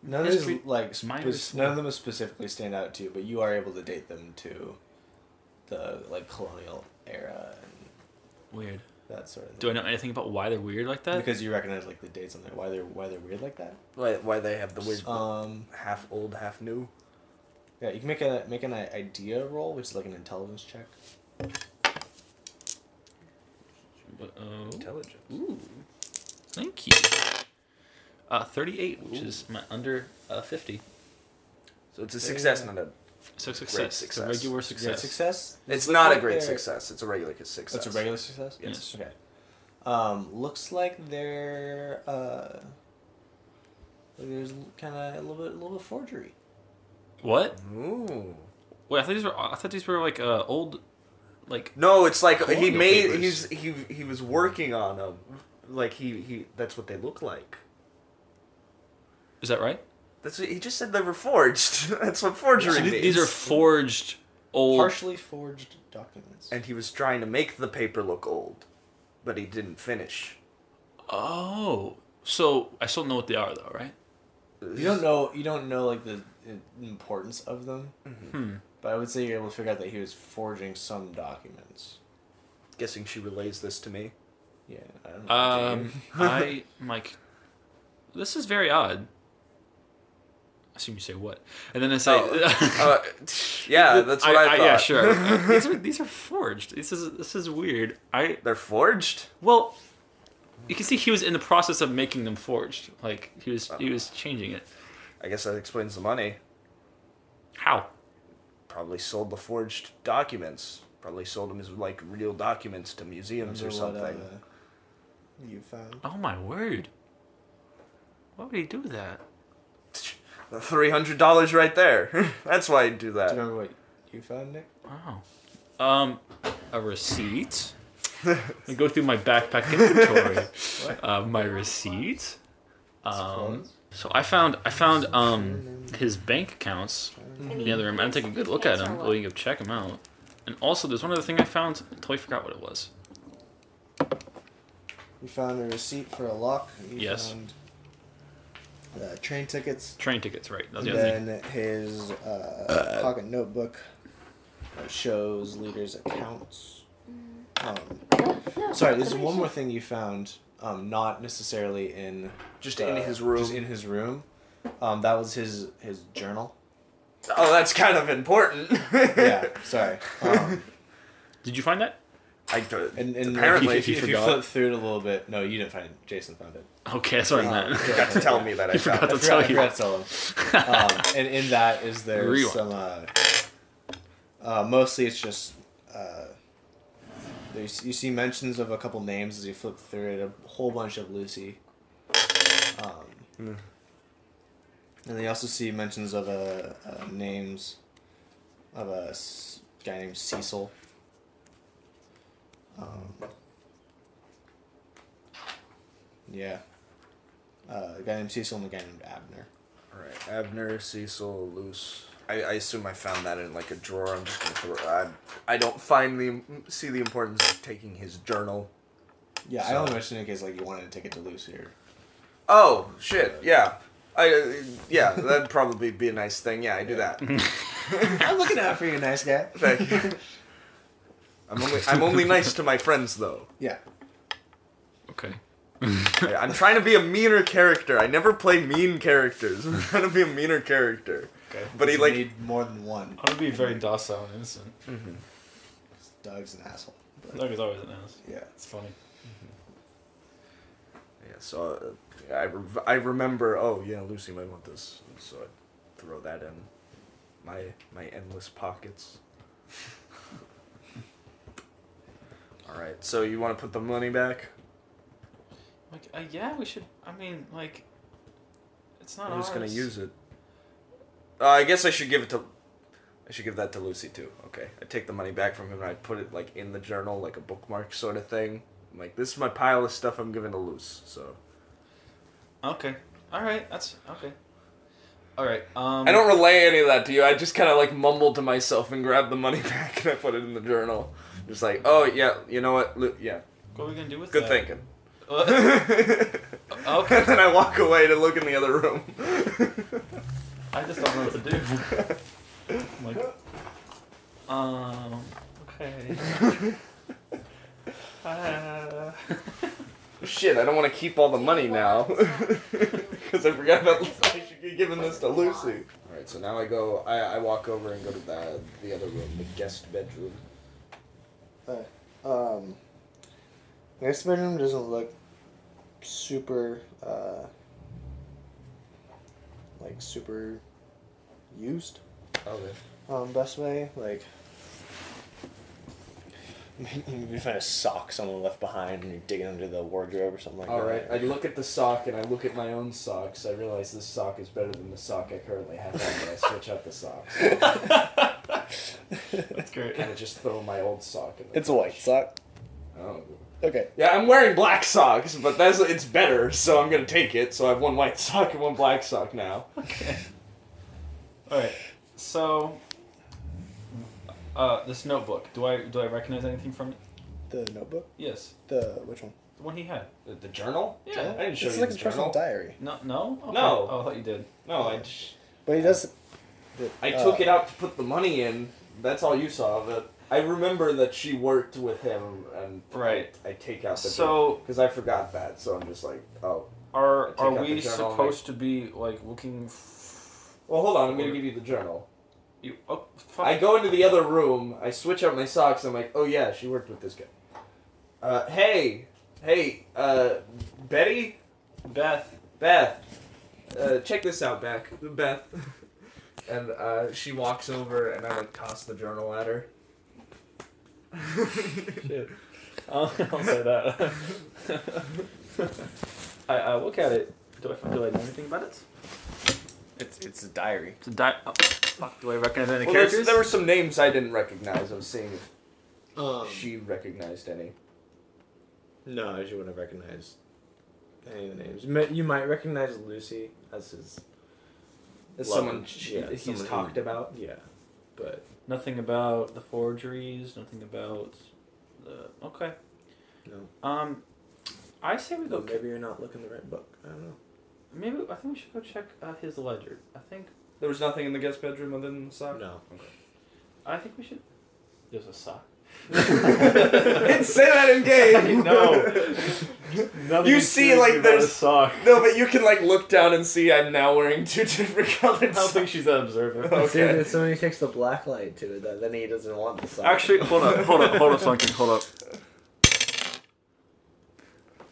[SPEAKER 2] None of
[SPEAKER 1] History-
[SPEAKER 2] these like
[SPEAKER 1] it's mine
[SPEAKER 2] spec-
[SPEAKER 1] is-
[SPEAKER 2] none of them specifically stand out to you, but you are able to date them to the like colonial era and
[SPEAKER 1] Weird.
[SPEAKER 2] that sort of thing.
[SPEAKER 1] Do I know anything about why they're weird like that?
[SPEAKER 2] because you recognize like the dates on there, why they're why they're weird like that.
[SPEAKER 5] Why, why they have the weird
[SPEAKER 2] Um,
[SPEAKER 5] half old, half new?
[SPEAKER 2] yeah, you can make a make an i- idea roll, which is like an intelligence check.
[SPEAKER 1] But, oh.
[SPEAKER 5] Intelligence.
[SPEAKER 1] Ooh. Thank you. Uh, 38, which is my under uh, 50.
[SPEAKER 5] So it's a
[SPEAKER 2] Yeah.
[SPEAKER 5] success, not a.
[SPEAKER 1] So success. It's a
[SPEAKER 5] success.
[SPEAKER 1] regular
[SPEAKER 2] Is that
[SPEAKER 1] success.
[SPEAKER 2] success?
[SPEAKER 5] It's
[SPEAKER 2] Looks
[SPEAKER 5] not a
[SPEAKER 2] like
[SPEAKER 5] great
[SPEAKER 2] they're-
[SPEAKER 5] success. It's a regular success.
[SPEAKER 2] That's a regular success.
[SPEAKER 1] Yes.
[SPEAKER 2] Okay. Um, looks like they're uh, like there's kind of a little bit a little bit forgery.
[SPEAKER 1] What?
[SPEAKER 5] Ooh.
[SPEAKER 1] Wait, I thought these were I thought these were like uh, old, like
[SPEAKER 5] No, it's like he
[SPEAKER 1] Colonial
[SPEAKER 5] made.
[SPEAKER 1] papers.
[SPEAKER 5] He's he he was working on them. Like he he. That's what they look like.
[SPEAKER 1] is that right?
[SPEAKER 5] That's what, he just said they were forged. that's what forgery
[SPEAKER 1] So
[SPEAKER 5] means.
[SPEAKER 1] th- these are forged old.
[SPEAKER 2] partially forged documents.
[SPEAKER 5] And he was trying to make the paper look old, but he didn't finish.
[SPEAKER 1] Oh, so I still know what they are though, right?
[SPEAKER 2] you don't know you don't know like the uh, importance of them.
[SPEAKER 1] Mm-hmm.
[SPEAKER 5] Hmm.
[SPEAKER 2] But I would say you're able to figure out that he was forging some documents.
[SPEAKER 5] Guessing she relays this to me.
[SPEAKER 2] Yeah, I don't know.
[SPEAKER 1] Um, I I'm like, this is very odd. I assume you say what, and then I say,
[SPEAKER 5] Uh, yeah, that's what I, thought.
[SPEAKER 1] Oh. yeah, sure. Uh, these are these are forged. This is this is weird. I
[SPEAKER 5] They're forged.
[SPEAKER 1] well, you can see he was in the process of making them forged. Like he was he was changing it.
[SPEAKER 5] I guess that explains the money.
[SPEAKER 1] How?
[SPEAKER 5] Probably sold the forged documents. Probably sold them as like real documents to museums
[SPEAKER 2] Wonder
[SPEAKER 5] or
[SPEAKER 2] what,
[SPEAKER 5] something.
[SPEAKER 2] uh, you found.
[SPEAKER 5] uh,
[SPEAKER 1] Oh my word! Why would he do that?
[SPEAKER 5] The three hundred dollars right there. That's why I do
[SPEAKER 2] Do you
[SPEAKER 5] that.
[SPEAKER 2] remember what you found, Nick?
[SPEAKER 1] Wow. Um, a receipt. I go through my backpack inventory. uh, my receipt. Um,
[SPEAKER 2] clothes?
[SPEAKER 1] so I found I found um his bank accounts in the other room. I'm gonna take a good look at them. Well, you can check them out. And also, there's one other thing I found. I totally forgot what it was.
[SPEAKER 2] You found a receipt for a lock. You
[SPEAKER 1] Yes.
[SPEAKER 2] Found, uh, train tickets.
[SPEAKER 1] Train tickets, right? That was the other thing.
[SPEAKER 2] Then his uh, pocket notebook that shows leaders' accounts. Um, Sorry, there's one more thing you found, um, not necessarily in
[SPEAKER 5] Just
[SPEAKER 2] uh,
[SPEAKER 5] in his room.
[SPEAKER 2] Just in his room. Um, that was his his journal.
[SPEAKER 5] Oh, that's kind of important.
[SPEAKER 2] yeah, sorry. Um,
[SPEAKER 1] Did you find that?
[SPEAKER 5] I do
[SPEAKER 2] and and
[SPEAKER 5] Apparently,
[SPEAKER 2] if you,
[SPEAKER 5] he
[SPEAKER 2] if you
[SPEAKER 5] forgot.
[SPEAKER 2] flip through it a little bit, no, you didn't find it. Jason found it.
[SPEAKER 1] Okay, that's what I meant.
[SPEAKER 5] You got to tell me that I
[SPEAKER 1] You forgot
[SPEAKER 5] found
[SPEAKER 2] I
[SPEAKER 1] to
[SPEAKER 5] it.
[SPEAKER 2] forgot, I
[SPEAKER 1] tell you.
[SPEAKER 2] forgot to tell him. um, and in that is there's
[SPEAKER 1] Rewind.
[SPEAKER 2] some. Uh, uh, mostly, it's just uh, there's you see mentions of a couple names as you flip through it. A whole bunch of Lucy. Um, And then you also see mentions of uh, uh, names of a s- guy named Cecil. Um, yeah. Uh, a guy named Cecil and a guy named Abner.
[SPEAKER 5] All right, Abner, Cecil, Luce. I, I assume I found that in like a drawer. I'm just gonna throw. I, I don't find the see the importance of taking his journal.
[SPEAKER 2] Yeah, I
[SPEAKER 5] So-
[SPEAKER 2] only mentioned it in case like you wanted to take it to Lucy or
[SPEAKER 5] Oh shit! Yeah, I uh, yeah that'd probably be a nice thing. Yeah, I do that.
[SPEAKER 2] I'm looking out for you, nice guy.
[SPEAKER 5] Thank you. I'm only I'm only nice to my friends though.
[SPEAKER 2] Yeah.
[SPEAKER 1] Okay.
[SPEAKER 5] I, I'm trying to be a meaner character. I never play mean characters. I'm trying to be a meaner character.
[SPEAKER 1] Okay.
[SPEAKER 5] But he
[SPEAKER 2] You
[SPEAKER 5] like
[SPEAKER 2] need more than one.
[SPEAKER 1] I would be very docile and innocent.
[SPEAKER 2] Doug's an asshole.
[SPEAKER 1] Doug is always an ass.
[SPEAKER 2] Yeah.
[SPEAKER 1] It's funny.
[SPEAKER 5] Yeah, so uh, I, rev- I remember. Oh yeah, Lucy might want this, so I throw that in my my endless pockets. All right, so you want to put the money back?
[SPEAKER 1] Like, uh, yeah, we should. I mean, like, it's not.
[SPEAKER 5] I'm just gonna
[SPEAKER 1] ours.
[SPEAKER 5] use it. Uh, I guess I should give it to. I should give that to Lucy too. Okay, I take the money back from him and I put it like in the journal, like a bookmark sort of thing. I'm like this is my pile of stuff I'm giving to Luce. So
[SPEAKER 1] Okay. All right. That's okay. All right. Um.
[SPEAKER 5] I don't relay any of that to you. I just kind of like mumbled to myself and grabbed the money back and I put it in the journal. Just like, oh yeah, you know what? Lu- yeah,
[SPEAKER 1] What are we gonna do with
[SPEAKER 5] good
[SPEAKER 1] that?
[SPEAKER 5] thinking.
[SPEAKER 1] Uh, okay.
[SPEAKER 5] and then I walk away to look in the other room.
[SPEAKER 1] I just don't know what to do. I'm like, um, okay. Uh,
[SPEAKER 5] Shit, I don't want to keep all the money now because I forgot about I should be giving this to Lucy. All right, so now I go. I, I walk over and go to the the other room, the guest bedroom.
[SPEAKER 2] Um, next bedroom doesn't look super, uh, like super used.
[SPEAKER 5] Oh, yeah.
[SPEAKER 2] Um, best way like. You find a sock someone left behind, and you're digging under the wardrobe or something like
[SPEAKER 5] All
[SPEAKER 2] that.
[SPEAKER 5] right. I look at the sock and I look at my own socks. I realize this sock is better than the sock I currently have on, but I switch out the socks.
[SPEAKER 1] that's great.
[SPEAKER 5] kind of just throw my old sock in. The
[SPEAKER 2] It's a white sock.
[SPEAKER 5] Oh.
[SPEAKER 2] Okay.
[SPEAKER 5] Yeah, I'm wearing black socks, but that's it's better, so I'm gonna take it. So I have one white sock and one black sock now.
[SPEAKER 1] Okay. All right. So, uh, this notebook. Do I do I recognize anything from it?
[SPEAKER 2] The notebook.
[SPEAKER 1] Yes,
[SPEAKER 2] The which one?
[SPEAKER 1] the one he had.
[SPEAKER 5] The, the journal?
[SPEAKER 1] Yeah.
[SPEAKER 5] I didn't show
[SPEAKER 2] it's
[SPEAKER 5] you
[SPEAKER 2] like
[SPEAKER 5] the
[SPEAKER 2] his personal
[SPEAKER 5] journal.
[SPEAKER 2] diary.
[SPEAKER 1] No, no, Okay.
[SPEAKER 5] No.
[SPEAKER 1] Oh, I thought you did.
[SPEAKER 5] no, I just,
[SPEAKER 2] But he does.
[SPEAKER 5] I
[SPEAKER 2] Uh,
[SPEAKER 5] took it out to put the money in. That's all you saw of it. I remember that she worked with him, and
[SPEAKER 1] Right.
[SPEAKER 5] I, I take out the
[SPEAKER 1] So-
[SPEAKER 5] because I forgot that, so I'm just like, oh.
[SPEAKER 1] Are
[SPEAKER 5] Take
[SPEAKER 1] are
[SPEAKER 5] out the
[SPEAKER 1] we
[SPEAKER 5] journal,
[SPEAKER 1] supposed to be like looking? F-
[SPEAKER 5] Well, hold on. I'm gonna give you the journal.
[SPEAKER 1] you oh fuck.
[SPEAKER 5] I go into the other room. I switch out my socks. I'm like, oh yeah, she worked with this guy. Uh, hey, hey, uh, Betty,
[SPEAKER 1] Beth.
[SPEAKER 5] Beth, uh, check this out, Beck, Beth. And uh, she walks over, and I like toss the journal at her.
[SPEAKER 1] I'll, I'll say that. I, I look at it. Do I do I know anything about it?
[SPEAKER 2] It's it's a diary.
[SPEAKER 1] It's a di- oh, fuck. Do I recognize any
[SPEAKER 5] well, there's-
[SPEAKER 1] characters?
[SPEAKER 5] there were some names I didn't recognize. I was seeing if
[SPEAKER 2] Um,
[SPEAKER 5] she recognized any.
[SPEAKER 2] no, you wouldn't have recognized any of the names. You might- You might recognize Lucy as his.
[SPEAKER 5] As
[SPEAKER 2] Lover.
[SPEAKER 5] someone she,
[SPEAKER 2] Yeah,
[SPEAKER 5] he's
[SPEAKER 2] someone who-
[SPEAKER 5] talked about.
[SPEAKER 2] Yeah, but
[SPEAKER 1] Nothing about the forgeries. Nothing about the. Okay.
[SPEAKER 2] No.
[SPEAKER 1] Um, I say we go.
[SPEAKER 2] well, maybe you're not looking the right book. I don't know.
[SPEAKER 1] Maybe I think we should go check uh, his ledger. I think
[SPEAKER 5] There was nothing in the guest bedroom other than the sock.
[SPEAKER 2] No.
[SPEAKER 1] I think we should. There's a sock.
[SPEAKER 5] Didn't say that in game.
[SPEAKER 1] No. Nothing
[SPEAKER 5] You
[SPEAKER 1] is
[SPEAKER 5] see,
[SPEAKER 1] serious
[SPEAKER 5] like,
[SPEAKER 1] about
[SPEAKER 5] there's-
[SPEAKER 1] a sock.
[SPEAKER 5] No, but you can like look down and see I'm now wearing two different
[SPEAKER 1] I
[SPEAKER 5] colored
[SPEAKER 1] don't think
[SPEAKER 5] socks.
[SPEAKER 1] she's that observant.
[SPEAKER 5] Okay.
[SPEAKER 2] See, if somebody takes the black light to it, then- then he doesn't want the sock.
[SPEAKER 1] Actually, hold up, hold up, hold up, Sunken, hold up.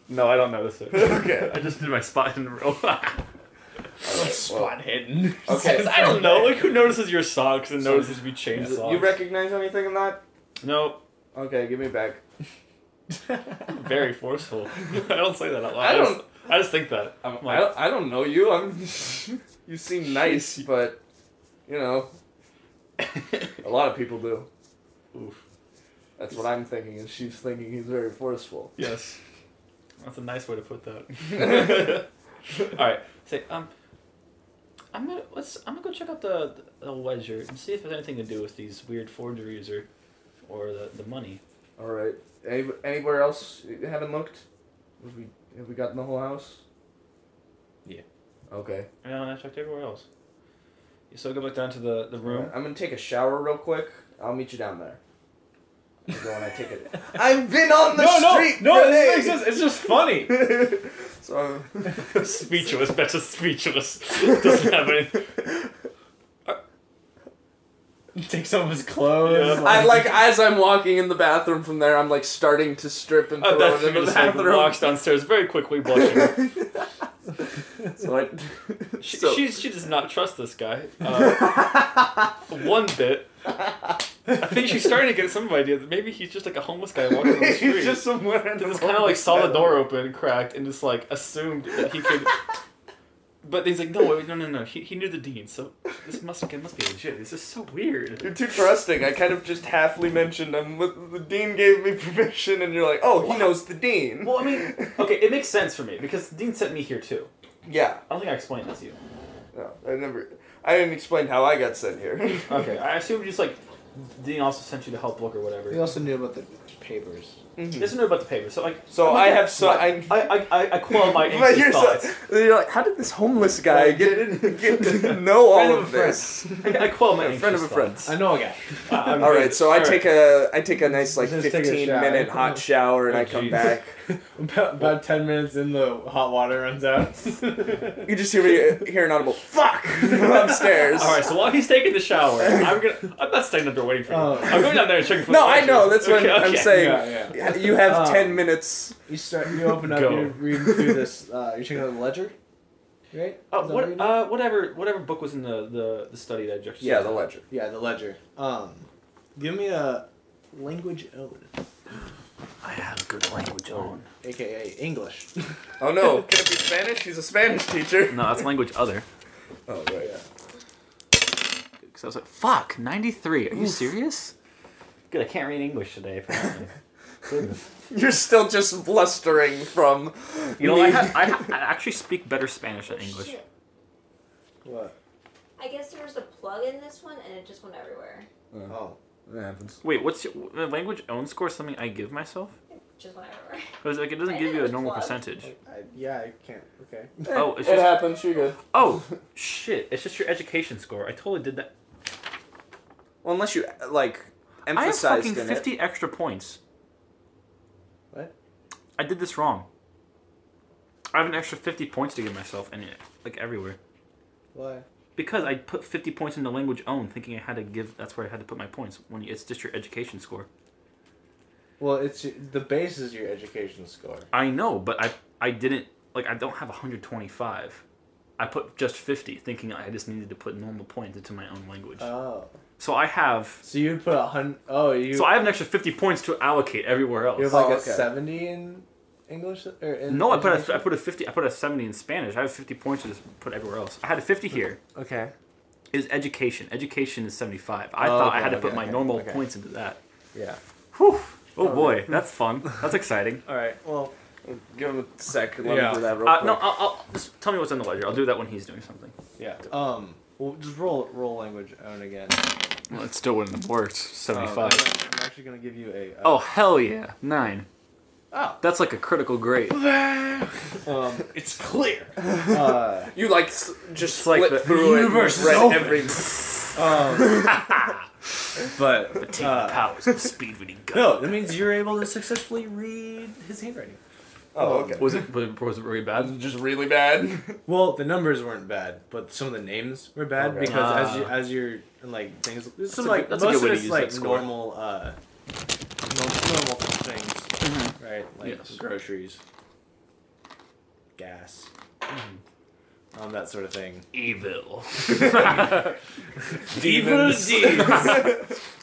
[SPEAKER 1] No, I don't notice it.
[SPEAKER 5] Okay.
[SPEAKER 1] I just did my spot and roll.
[SPEAKER 5] Well,
[SPEAKER 2] hidden.
[SPEAKER 5] okay.
[SPEAKER 1] I don't know. Like, who notices your socks and notices we change socks?
[SPEAKER 5] You recognize anything in that?
[SPEAKER 1] no,
[SPEAKER 5] Okay, give me back.
[SPEAKER 1] very forceful. I don't say that out loud.
[SPEAKER 5] I
[SPEAKER 1] I, just,
[SPEAKER 5] don't-
[SPEAKER 1] I just think that.
[SPEAKER 5] I'm,
[SPEAKER 1] Like-
[SPEAKER 5] Um, I, don't, I don't know you. I'm. you seem nice, but you know, a lot of people do.
[SPEAKER 1] Oof.
[SPEAKER 5] That's what I'm thinking, and she's thinking he's very forceful.
[SPEAKER 1] Yes. That's a nice way to put that. All right. Say, um, I'm gonna let's. I'm gonna go check out the the ledger and see if there's anything to do with these weird forgeries or, or the the money.
[SPEAKER 5] All right. Any, anywhere else you haven't looked? Have we have we gotten the whole house?
[SPEAKER 2] Yeah.
[SPEAKER 5] Okay.
[SPEAKER 1] And I checked everywhere else. So go back down to the the room.
[SPEAKER 5] I'm gonna take a shower real quick. I'll meet you down there. I go and I take it. I've been on the street. for days.
[SPEAKER 1] It's just funny.
[SPEAKER 5] so
[SPEAKER 1] speechless. That's just speechless. Doesn't have any.
[SPEAKER 2] Takes off his clothes.
[SPEAKER 1] Yeah.
[SPEAKER 5] I like as I'm walking in the bathroom from there, I'm like starting to strip and
[SPEAKER 1] Uh,
[SPEAKER 5] throw
[SPEAKER 1] that's
[SPEAKER 5] it in the
[SPEAKER 1] just like
[SPEAKER 5] bathroom.
[SPEAKER 1] walks downstairs very quickly, blushing.
[SPEAKER 5] so I,
[SPEAKER 1] She,
[SPEAKER 5] so,
[SPEAKER 1] she's, she does not trust this guy. Uh, one bit. I think she's starting to get some idea that maybe he's just like a homeless guy walking on the street.
[SPEAKER 5] he's just somewhere. in the
[SPEAKER 1] just kind of like saw the door open, cracked, and just like assumed that he could. But he's like, no, wait, no, no, no. He, he knew the dean, so this must it must be legit. This is so weird.
[SPEAKER 5] You're too trusting. I kind of just halfly mentioned him. The dean gave me permission, and you're like, oh, he knows the dean.
[SPEAKER 1] Well, I mean, okay, it makes sense for me because dean sent me here too.
[SPEAKER 5] Yeah.
[SPEAKER 1] I don't think I explained this to you.
[SPEAKER 5] No, I never. I didn't explain how I got sent here.
[SPEAKER 1] Okay, I assume just like dean also sent you to help look or whatever.
[SPEAKER 2] He also knew about the papers.
[SPEAKER 1] He doesn't know about the paper, so like.
[SPEAKER 5] So I have so
[SPEAKER 1] But
[SPEAKER 5] I.
[SPEAKER 1] I, I, I, I quell my
[SPEAKER 5] But
[SPEAKER 1] anxious
[SPEAKER 5] you're,
[SPEAKER 1] thoughts.
[SPEAKER 5] so, you're like, how did this homeless guy get, get to know all
[SPEAKER 2] Friend
[SPEAKER 5] of,
[SPEAKER 2] of a friend.
[SPEAKER 5] this?
[SPEAKER 1] I, I quell my
[SPEAKER 5] A
[SPEAKER 1] anxious
[SPEAKER 5] friend of a friend.
[SPEAKER 1] thoughts.
[SPEAKER 2] I know a guy.
[SPEAKER 1] I- I'm
[SPEAKER 5] All
[SPEAKER 1] good.
[SPEAKER 5] right, so I
[SPEAKER 1] All
[SPEAKER 5] take a I take a nice like
[SPEAKER 2] Just take a
[SPEAKER 5] 15
[SPEAKER 2] shower.
[SPEAKER 5] minute hot shower and
[SPEAKER 1] Oh,
[SPEAKER 5] I come
[SPEAKER 1] jeez.
[SPEAKER 5] back.
[SPEAKER 2] About, about ten minutes in, the hot water runs out.
[SPEAKER 5] You just hear me uh, hear an audible fuck from upstairs.
[SPEAKER 1] All right, so while he's taking the shower, I'm gonna. I'm not staying up there waiting for him.
[SPEAKER 2] Oh.
[SPEAKER 1] I'm going down there and checking for.
[SPEAKER 5] No,
[SPEAKER 1] the
[SPEAKER 5] I
[SPEAKER 1] ledger.
[SPEAKER 5] know. That's what
[SPEAKER 1] Okay,
[SPEAKER 5] I'm
[SPEAKER 1] okay.
[SPEAKER 5] saying.
[SPEAKER 2] Yeah,
[SPEAKER 5] You have
[SPEAKER 2] Uh,
[SPEAKER 5] 10 minutes.
[SPEAKER 2] You start. You open up.
[SPEAKER 1] Go.
[SPEAKER 2] You're reading through this. Uh, you're checking out the ledger, right?
[SPEAKER 1] Oh,
[SPEAKER 2] Is that
[SPEAKER 1] what,
[SPEAKER 2] you're doing?
[SPEAKER 1] uh, whatever, whatever book was in the the, the study that I just
[SPEAKER 5] Yeah, the ledger.
[SPEAKER 2] yeah, the ledger. Um, give me a language oh, own,
[SPEAKER 1] I have good language on.
[SPEAKER 2] aka English.
[SPEAKER 5] Oh no, can it be Spanish? He's a Spanish teacher.
[SPEAKER 1] No, that's language other.
[SPEAKER 5] Oh right.
[SPEAKER 1] Because I was like, fuck, ninety three. Are you serious? Good. I can't read English today. Apparently. Goodness.
[SPEAKER 5] You're still just blustering from.
[SPEAKER 1] You know, I,
[SPEAKER 5] me-
[SPEAKER 1] ha- I, ha- I actually speak better Spanish than English.
[SPEAKER 4] Shit.
[SPEAKER 2] What?
[SPEAKER 4] I guess there was a plug in this one and it just went everywhere.
[SPEAKER 2] Oh,
[SPEAKER 5] That happens.
[SPEAKER 1] Wait, what's your, the language own score? is Something I give myself?
[SPEAKER 4] Just went everywhere.
[SPEAKER 1] Because like it doesn't
[SPEAKER 4] I
[SPEAKER 1] give you a
[SPEAKER 4] didn't
[SPEAKER 1] normal
[SPEAKER 4] plug.
[SPEAKER 1] percentage.
[SPEAKER 2] I, yeah, I can't. Okay.
[SPEAKER 1] Oh, it's
[SPEAKER 5] it
[SPEAKER 1] just-
[SPEAKER 5] happens. You're good.
[SPEAKER 1] Oh shit! It's just your education score. I totally did that.
[SPEAKER 5] Well, unless you like
[SPEAKER 1] I have
[SPEAKER 5] emphasized
[SPEAKER 1] fucking
[SPEAKER 5] in
[SPEAKER 1] fifty extra points.
[SPEAKER 2] What?
[SPEAKER 1] I did this wrong. I have an extra fifty points to give myself, and like everywhere,
[SPEAKER 2] Why?
[SPEAKER 1] because I put fifty points into language own, thinking I had to give. That's where I had to put my points. When it's just your education score.
[SPEAKER 2] Well, it's your- the base is your education score.
[SPEAKER 1] I know, but I I didn't like I don't have one hundred twenty five. I put just fifty, thinking I just needed to put normal points into my own language.
[SPEAKER 2] Oh,
[SPEAKER 1] so I have.
[SPEAKER 2] so you put a hundred. Oh, you.
[SPEAKER 1] So I have an extra fifty points to allocate everywhere else.
[SPEAKER 2] you have like
[SPEAKER 5] Oh,
[SPEAKER 2] a
[SPEAKER 5] okay.
[SPEAKER 2] seventy in English or in
[SPEAKER 1] No, I put a, I
[SPEAKER 2] education?
[SPEAKER 1] put a fifty. I put a seventy in Spanish. I have fifty points to just put everywhere else. I had a fifty here.
[SPEAKER 2] Okay.
[SPEAKER 1] Is education? Education is seventy five. I
[SPEAKER 2] Oh,
[SPEAKER 1] thought I
[SPEAKER 2] okay,
[SPEAKER 1] had to put
[SPEAKER 2] okay,
[SPEAKER 1] my
[SPEAKER 2] okay,
[SPEAKER 1] normal
[SPEAKER 2] okay.
[SPEAKER 1] points into that.
[SPEAKER 2] Yeah.
[SPEAKER 1] Whew. Oh boy, that's fun. That's exciting.
[SPEAKER 2] All right. Well,
[SPEAKER 5] it. Give him a sec. Let
[SPEAKER 2] Yeah.
[SPEAKER 5] me do that real
[SPEAKER 1] Uh,
[SPEAKER 5] quick.
[SPEAKER 1] no, I'll, I'll just tell me what's in the ledger. I'll do that when he's doing something.
[SPEAKER 2] yeah. Um. Well, just roll roll language own again.
[SPEAKER 1] Well, it still wouldn't have worked. Seventy
[SPEAKER 2] Um,
[SPEAKER 1] five.
[SPEAKER 2] I'm actually gonna give you a.
[SPEAKER 1] Uh,
[SPEAKER 2] uh,
[SPEAKER 1] Oh hell yeah, nine.
[SPEAKER 2] Oh.
[SPEAKER 1] That's like a critical grade.
[SPEAKER 2] Um.
[SPEAKER 1] uh, It's clear.
[SPEAKER 2] Uh.
[SPEAKER 5] You like s- just
[SPEAKER 1] It's like
[SPEAKER 5] flip
[SPEAKER 1] the- the
[SPEAKER 5] through it.
[SPEAKER 1] universe
[SPEAKER 5] and
[SPEAKER 1] is
[SPEAKER 5] read
[SPEAKER 1] open.
[SPEAKER 5] every.
[SPEAKER 2] um But uh,
[SPEAKER 6] powers of speed when he
[SPEAKER 2] no, that means you're able to successfully read his handwriting.
[SPEAKER 5] Oh, okay.
[SPEAKER 6] Was it was it- was it really bad?
[SPEAKER 5] Just really bad.
[SPEAKER 2] Well, the numbers weren't bad, but some of the names were bad
[SPEAKER 5] Okay.
[SPEAKER 2] because
[SPEAKER 6] Ah.
[SPEAKER 2] as you as you're like things some
[SPEAKER 6] a
[SPEAKER 2] like
[SPEAKER 6] good- that's a
[SPEAKER 2] most
[SPEAKER 6] good way
[SPEAKER 2] of
[SPEAKER 6] to
[SPEAKER 2] it's
[SPEAKER 6] use
[SPEAKER 2] like
[SPEAKER 6] that score.
[SPEAKER 2] normal uh normal, normal things, right? Like
[SPEAKER 6] Mm-hmm. Yes.
[SPEAKER 2] groceries, gas,
[SPEAKER 6] Mm-hmm.
[SPEAKER 2] um, that sort of thing.
[SPEAKER 6] Evil.
[SPEAKER 2] Demons.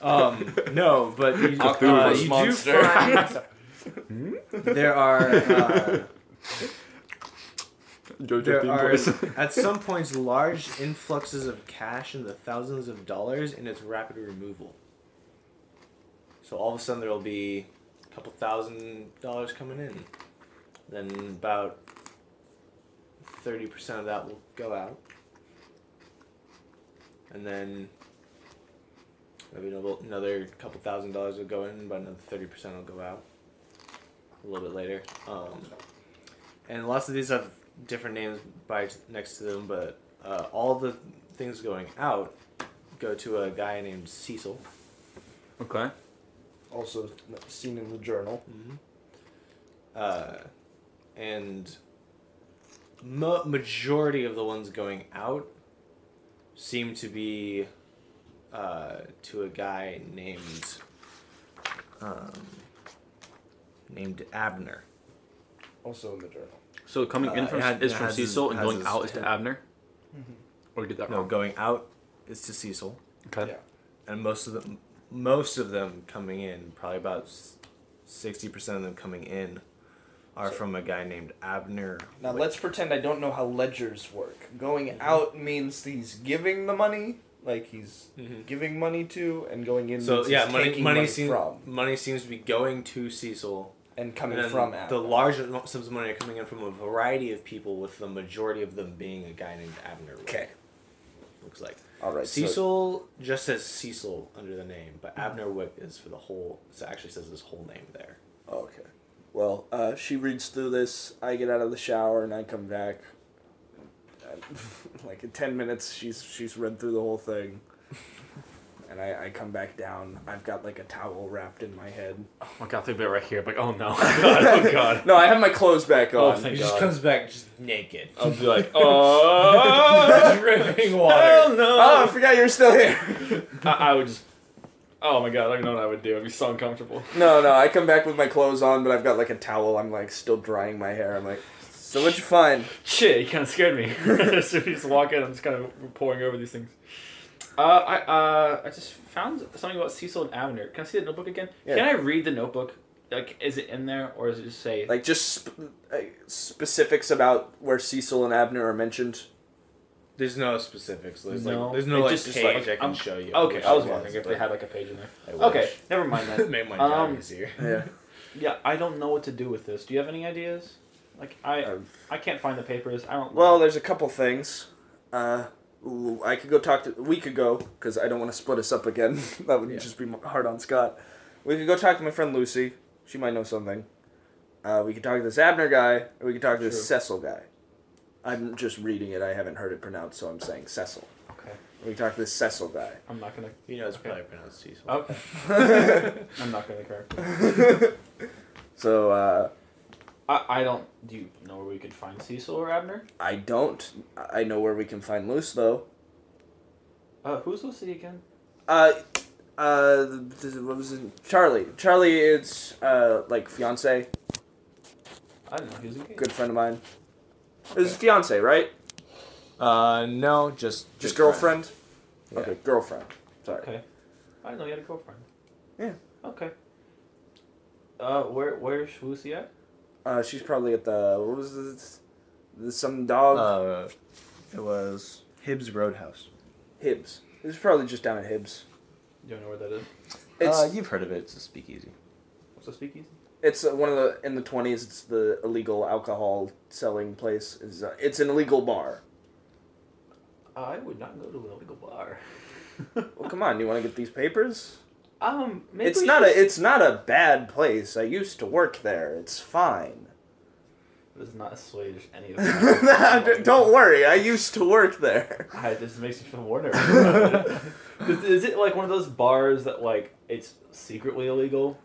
[SPEAKER 2] Um, no, but you, uh,
[SPEAKER 5] Octopus
[SPEAKER 2] you do
[SPEAKER 5] monster.
[SPEAKER 2] find there are. Uh, there are at some points large influxes of cash in the thousands of dollars and its rapid removal. So all of a sudden there'll be a couple thousand dollars coming in. Then about thirty percent of that will go out. And then maybe another- another couple thousand dollars will go in, but another thirty percent will go out. A little bit later. Um, and lots of these have different names by next to them, but uh, all the things going out go to a guy named Cecil.
[SPEAKER 1] Okay.
[SPEAKER 5] Also seen in the journal.
[SPEAKER 2] Uh, and mo- majority of the ones going out seem to be uh, to a guy named um, named Abner.
[SPEAKER 5] Also in the journal.
[SPEAKER 6] So coming in
[SPEAKER 2] Uh,
[SPEAKER 6] from
[SPEAKER 2] it had-
[SPEAKER 6] is
[SPEAKER 2] it
[SPEAKER 6] from
[SPEAKER 2] has his-
[SPEAKER 6] Cecil and
[SPEAKER 2] has
[SPEAKER 6] going
[SPEAKER 2] his
[SPEAKER 6] out is to
[SPEAKER 2] head.
[SPEAKER 6] Abner. Or did that
[SPEAKER 2] No,
[SPEAKER 6] wrong?
[SPEAKER 2] going out is to Cecil.
[SPEAKER 6] Okay.
[SPEAKER 5] Yeah.
[SPEAKER 2] and most of them most of them coming in probably about 60% of them coming in are from a guy named abner
[SPEAKER 5] Now let's pretend I don't know how ledgers work. Going
[SPEAKER 2] Mm-hmm.
[SPEAKER 5] out means he's giving the money, like he's
[SPEAKER 2] Mhm.
[SPEAKER 5] giving money to, and going in.
[SPEAKER 2] so
[SPEAKER 5] means
[SPEAKER 2] yeah
[SPEAKER 5] he's
[SPEAKER 2] money
[SPEAKER 5] taking
[SPEAKER 2] money, seems
[SPEAKER 5] from
[SPEAKER 2] money seems to be going to cecil
[SPEAKER 5] and
[SPEAKER 2] and
[SPEAKER 5] coming
[SPEAKER 2] then
[SPEAKER 5] from
[SPEAKER 2] the
[SPEAKER 5] Abner.
[SPEAKER 2] large sums of money are coming in from a variety of people with the majority of them being a guy named abner
[SPEAKER 5] Okay.
[SPEAKER 2] looks like
[SPEAKER 5] All right. so-
[SPEAKER 2] cecil just says cecil under the name but abner whip is for the whole so it actually says his whole name there
[SPEAKER 5] Okay. Well, uh, she reads through this. I get out of the shower and I come back. And, like in ten minutes, she's she's read through the whole thing. And I, I come back down. I've got like a towel wrapped in my head.
[SPEAKER 6] Oh my god, I think they're right here. Like, oh no. God, oh god.
[SPEAKER 5] No, I have my clothes back
[SPEAKER 1] Oh,
[SPEAKER 5] on.
[SPEAKER 1] thank
[SPEAKER 2] he just
[SPEAKER 1] God.
[SPEAKER 2] comes back just naked
[SPEAKER 1] I'll be like, oh,
[SPEAKER 2] dripping
[SPEAKER 1] hell no.
[SPEAKER 5] oh, I forgot you were still here.
[SPEAKER 1] I, I would just. Oh my god, I don't know what I would do. I'd be so uncomfortable.
[SPEAKER 5] no, no, I come back with my clothes on, but I've got like a towel. I'm like still drying my hair. I'm like, so what'd you find?
[SPEAKER 1] Shit, you kind of scared me. so you just walk in, I'm just kind of pouring over these things. Uh, I uh, I just found something about Cecil and Abner. Can I see the notebook again?
[SPEAKER 5] Yeah.
[SPEAKER 1] Can I read the notebook? Like, is it in there, or does it just say?
[SPEAKER 5] Like just sp- uh, specifics about where Cecil and Abner are mentioned.
[SPEAKER 2] There's no specifics. There's
[SPEAKER 1] No.
[SPEAKER 2] like there's no
[SPEAKER 1] It
[SPEAKER 2] like
[SPEAKER 1] just-
[SPEAKER 2] page
[SPEAKER 1] like,
[SPEAKER 2] I can
[SPEAKER 1] I'm-
[SPEAKER 2] show you.
[SPEAKER 1] okay, I was
[SPEAKER 5] Yeah,
[SPEAKER 1] wondering if they had like a page in there.
[SPEAKER 2] I wish.
[SPEAKER 1] Okay, never mind that.
[SPEAKER 2] Made my job
[SPEAKER 1] Um,
[SPEAKER 2] easier.
[SPEAKER 5] Yeah.
[SPEAKER 1] yeah, I don't know what to do with this. Do you have any ideas? Like, I
[SPEAKER 5] Um,
[SPEAKER 1] I can't find the papers. I don't.
[SPEAKER 5] Well, there's a couple things. Uh, ooh, I could go talk to. We could go because I don't want to split us up again. that would
[SPEAKER 2] Yeah.
[SPEAKER 5] just be m- hard on Scott. We could go talk to my friend Lucy. She might know something. Uh, we could talk to this Abner guy, or we could talk to this
[SPEAKER 1] True.
[SPEAKER 5] Cecil guy. I'm just reading it. I haven't heard it pronounced, so I'm saying Cecil.
[SPEAKER 1] Okay,
[SPEAKER 5] We can talk to this Cecil guy.
[SPEAKER 1] I'm not gonna.
[SPEAKER 2] You know, it's
[SPEAKER 1] Okay.
[SPEAKER 2] probably pronounced Cecil.
[SPEAKER 1] Okay, I'm not gonna correct. it.
[SPEAKER 5] so uh,
[SPEAKER 1] I I don't. Do you know where we could find Cecil or Abner?
[SPEAKER 5] I don't. I know where we can find Luce though.
[SPEAKER 1] Uh, who's Lucy again?
[SPEAKER 5] Uh, uh, th- th- what was it? Charlie. Charlie, it's uh like fiance.
[SPEAKER 1] I don't know. He was engaged.
[SPEAKER 5] good friend of mine. It was fiance, right?
[SPEAKER 2] Uh, no, just
[SPEAKER 5] Just
[SPEAKER 2] good friend.
[SPEAKER 5] girlfriend. Okay, girlfriend. Sorry.
[SPEAKER 1] Okay. I didn't know he had a girlfriend.
[SPEAKER 5] Yeah.
[SPEAKER 1] Okay. Uh, where where's Lucy at?
[SPEAKER 5] Uh, she's probably at the what was this? The, some dog
[SPEAKER 2] Uh, it was Hibbs Roadhouse.
[SPEAKER 5] Hibbs. This is probably just down at Hibbs.
[SPEAKER 1] Do you know where that is?
[SPEAKER 5] It's
[SPEAKER 2] uh, you've heard of it. It's a speakeasy.
[SPEAKER 1] What's a speakeasy?
[SPEAKER 5] it's uh, one of the in the twenties. It's the illegal alcohol selling place. It's, uh, it's an illegal bar.
[SPEAKER 1] I would not go to an illegal bar.
[SPEAKER 5] Well, come on, you want to get these papers?
[SPEAKER 1] um, maybe
[SPEAKER 5] it's
[SPEAKER 1] we
[SPEAKER 5] not
[SPEAKER 1] should-
[SPEAKER 5] a it's not a bad place. I used to work there. It's fine.
[SPEAKER 1] does not assuage any of that.
[SPEAKER 5] Don't worry, I used to work there.
[SPEAKER 1] I, this makes me feel more nervous. about it. is, is it like one of those bars that like it's secretly illegal?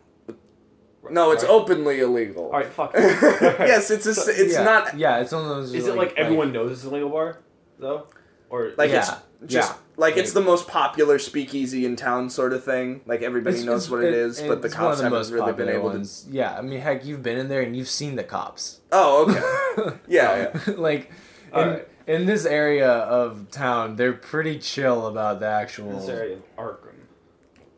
[SPEAKER 5] No, it's
[SPEAKER 1] Right.
[SPEAKER 5] openly illegal.
[SPEAKER 1] All right, fuck.
[SPEAKER 5] yes, it's a, it's
[SPEAKER 2] yeah.
[SPEAKER 5] not
[SPEAKER 2] Yeah, it's one of those.
[SPEAKER 1] Is it like everyone knows it's a legal bar though, or
[SPEAKER 5] like
[SPEAKER 2] yeah,
[SPEAKER 5] it's just
[SPEAKER 2] yeah.
[SPEAKER 5] like it's the most popular speakeasy in town sort of thing. Like everybody
[SPEAKER 2] It's-
[SPEAKER 5] knows
[SPEAKER 2] it's-
[SPEAKER 5] what it
[SPEAKER 2] it-
[SPEAKER 5] is, but the
[SPEAKER 2] it's one of
[SPEAKER 5] cops haven't
[SPEAKER 2] most
[SPEAKER 5] really been
[SPEAKER 2] popular
[SPEAKER 5] able to.
[SPEAKER 2] ones. Yeah, I mean, heck, you've been in there and you've seen the cops.
[SPEAKER 5] Oh, okay. Yeah, yeah.
[SPEAKER 2] like, in,
[SPEAKER 1] Alright.
[SPEAKER 2] in this area of town, they're pretty chill about the actual
[SPEAKER 1] in this area of Arkham,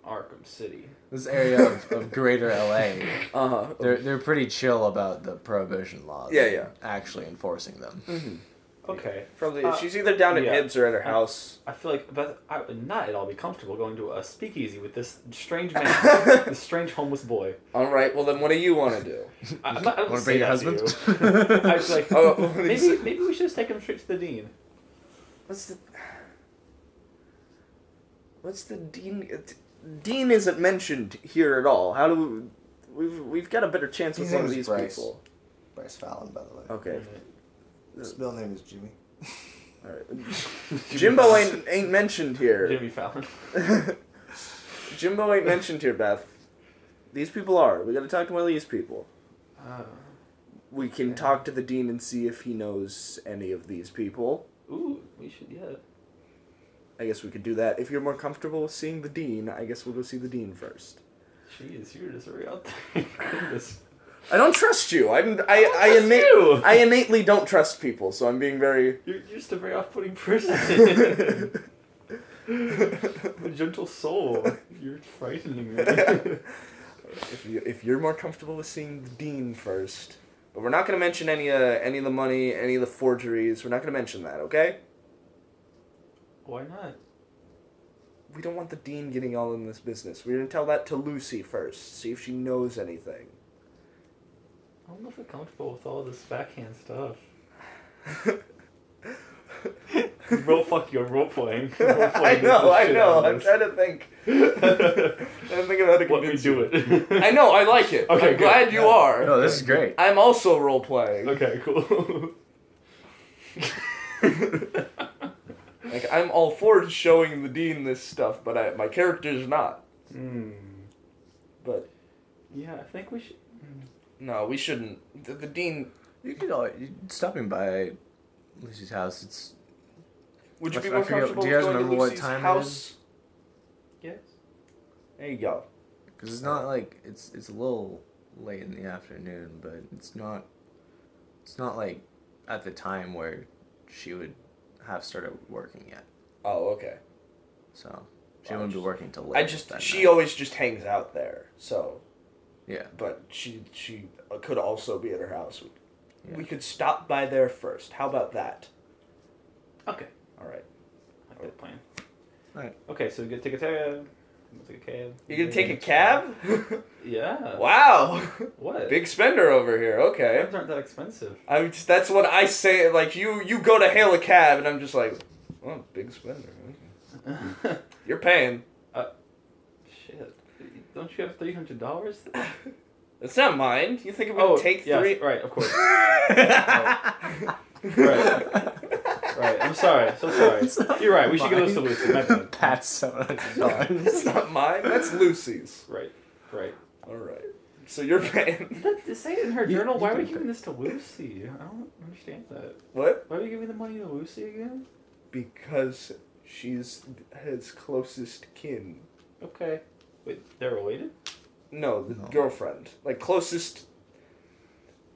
[SPEAKER 1] Arkham City?
[SPEAKER 2] this area of, of Greater LA.
[SPEAKER 5] Uh huh.
[SPEAKER 2] They're they're pretty chill about the prohibition laws.
[SPEAKER 5] Yeah,
[SPEAKER 2] and
[SPEAKER 5] yeah.
[SPEAKER 2] Actually enforcing them.
[SPEAKER 1] Okay,
[SPEAKER 5] Probably
[SPEAKER 1] Uh,
[SPEAKER 5] she's either down at
[SPEAKER 1] yeah.
[SPEAKER 5] Hibbs or
[SPEAKER 2] Uh,
[SPEAKER 5] at her house.
[SPEAKER 1] I feel like Beth, I would not at all be comfortable going to a speakeasy with this strange man, this strange homeless boy.
[SPEAKER 5] All right. Well, then what do you want to do?
[SPEAKER 1] I, I'm not, I don't
[SPEAKER 2] Want to
[SPEAKER 1] say
[SPEAKER 2] bring your
[SPEAKER 1] that to
[SPEAKER 2] husband?
[SPEAKER 1] you. I was like,
[SPEAKER 5] Oh, what did you
[SPEAKER 1] maybe
[SPEAKER 5] say?
[SPEAKER 1] maybe we should just take him straight to the dean.
[SPEAKER 5] What's the What's the dean? uh, t- Dean isn't mentioned here at all. How do we, we've we've got a better chance with
[SPEAKER 2] His
[SPEAKER 5] one of
[SPEAKER 2] name
[SPEAKER 5] these
[SPEAKER 2] is Bryce.
[SPEAKER 5] people?
[SPEAKER 2] Bryce Fallon, by the way.
[SPEAKER 5] Okay, His
[SPEAKER 2] middle name is Jimmy.
[SPEAKER 5] all right. Jimbo ain't ain't mentioned here.
[SPEAKER 1] Jimmy Fallon.
[SPEAKER 5] Jimbo ain't mentioned here, Beth. These people are. We got to talk to one of these people.
[SPEAKER 1] Uh,
[SPEAKER 5] We can talk to the dean and see if he knows any of these people.
[SPEAKER 1] ooh, we should yeah.
[SPEAKER 5] I guess we could do that. If you're more comfortable with seeing the dean, I guess we'll go see the dean first.
[SPEAKER 1] Jeez, you're just real out there. Goodness.
[SPEAKER 5] I don't trust you. I'm I I,
[SPEAKER 1] trust
[SPEAKER 5] innate,
[SPEAKER 1] you.
[SPEAKER 5] I innately don't trust people, so I'm being very
[SPEAKER 1] You're you're just a very off-putting person. a gentle soul. You're frightening me.
[SPEAKER 5] if you if you're more comfortable with seeing the dean first. But we're not going to mention any uh, any of the money, any of the forgeries. We're not going to mention that, okay?
[SPEAKER 1] Why not?
[SPEAKER 5] We don't want the dean getting all in this business. We're going to tell that to Lucy first. See if she knows anything.
[SPEAKER 1] I don't know if I'm comfortable with all this backhand stuff. Role fuck your role playing. Role
[SPEAKER 5] I
[SPEAKER 1] playing
[SPEAKER 5] know,
[SPEAKER 1] the
[SPEAKER 5] I
[SPEAKER 1] shit out
[SPEAKER 5] know.
[SPEAKER 1] of
[SPEAKER 5] I'm
[SPEAKER 1] this.
[SPEAKER 5] trying to think. I'm thinking about it.
[SPEAKER 1] What we do it.
[SPEAKER 5] I know. I like it.
[SPEAKER 1] Okay,
[SPEAKER 5] I'm
[SPEAKER 1] good.
[SPEAKER 5] glad you are.
[SPEAKER 2] No, this is great.
[SPEAKER 5] I'm also role playing.
[SPEAKER 1] okay, cool.
[SPEAKER 5] Like I'm all for showing the dean this stuff, but I, my character's not.
[SPEAKER 1] Hmm.
[SPEAKER 5] But
[SPEAKER 1] Yeah, I think we should. hmm,
[SPEAKER 5] no, we shouldn't. The, the dean.
[SPEAKER 2] You could all you- stopping by Lucy's house. It's
[SPEAKER 5] Would you
[SPEAKER 2] I
[SPEAKER 5] be
[SPEAKER 2] f-
[SPEAKER 5] more
[SPEAKER 2] I forget-
[SPEAKER 5] comfortable
[SPEAKER 2] do
[SPEAKER 5] with
[SPEAKER 2] you guys
[SPEAKER 5] going to
[SPEAKER 2] remember what
[SPEAKER 5] Lucy's
[SPEAKER 2] time it
[SPEAKER 5] house?
[SPEAKER 1] Yes.
[SPEAKER 5] There you go.
[SPEAKER 2] because it's not like it's it's a little late in the afternoon, but it's not it's not like at the time where she would have started working yet.
[SPEAKER 5] Oh, okay.
[SPEAKER 2] So she
[SPEAKER 5] Well, I
[SPEAKER 2] wouldn't be
[SPEAKER 5] just-
[SPEAKER 2] working till late.
[SPEAKER 5] I just
[SPEAKER 2] that
[SPEAKER 5] she
[SPEAKER 2] night.
[SPEAKER 5] always just hangs out there. So,
[SPEAKER 2] yeah
[SPEAKER 5] but she she could also be at her house. We,
[SPEAKER 2] Yeah.
[SPEAKER 5] we could stop by there first. How about that?
[SPEAKER 1] Okay.
[SPEAKER 5] All right.
[SPEAKER 1] I like that plan.
[SPEAKER 2] Alright.
[SPEAKER 1] Okay, so we get take a cab. We'll take a cab.
[SPEAKER 5] You're gonna take a cab?
[SPEAKER 1] Yeah.
[SPEAKER 5] wow,
[SPEAKER 1] What?
[SPEAKER 5] big spender over here. Okay.
[SPEAKER 1] Cabs aren't that expensive.
[SPEAKER 5] I just, that's what I say. Like you, you go to hail a cab, and I'm just like, oh, big spender. okay. You're paying.
[SPEAKER 1] Shit. Don't you have three hundred dollars?
[SPEAKER 5] It's not mine. You think it would take
[SPEAKER 1] yes,
[SPEAKER 5] three?
[SPEAKER 1] Oh, Right, of course. right. Right. I'm sorry. So sorry. You're right. We should go to
[SPEAKER 2] Mine.
[SPEAKER 1] Lucy. My bad.
[SPEAKER 2] Pat's seven hundred
[SPEAKER 5] That's
[SPEAKER 2] dollars.
[SPEAKER 5] not mine. That's Lucy's.
[SPEAKER 1] Right. Right.
[SPEAKER 5] All right. So you're paying.
[SPEAKER 1] That, it say it in her
[SPEAKER 2] You-
[SPEAKER 1] journal.
[SPEAKER 2] you
[SPEAKER 1] Why are we
[SPEAKER 2] can
[SPEAKER 1] giving
[SPEAKER 2] pay.
[SPEAKER 1] this to Lucy? I don't understand that.
[SPEAKER 5] What?
[SPEAKER 1] Why are we giving the money to Lucy again?
[SPEAKER 5] Because she's his closest kin.
[SPEAKER 1] Okay. Wait, they're related?
[SPEAKER 5] No, the
[SPEAKER 2] No.
[SPEAKER 5] girlfriend. Like closest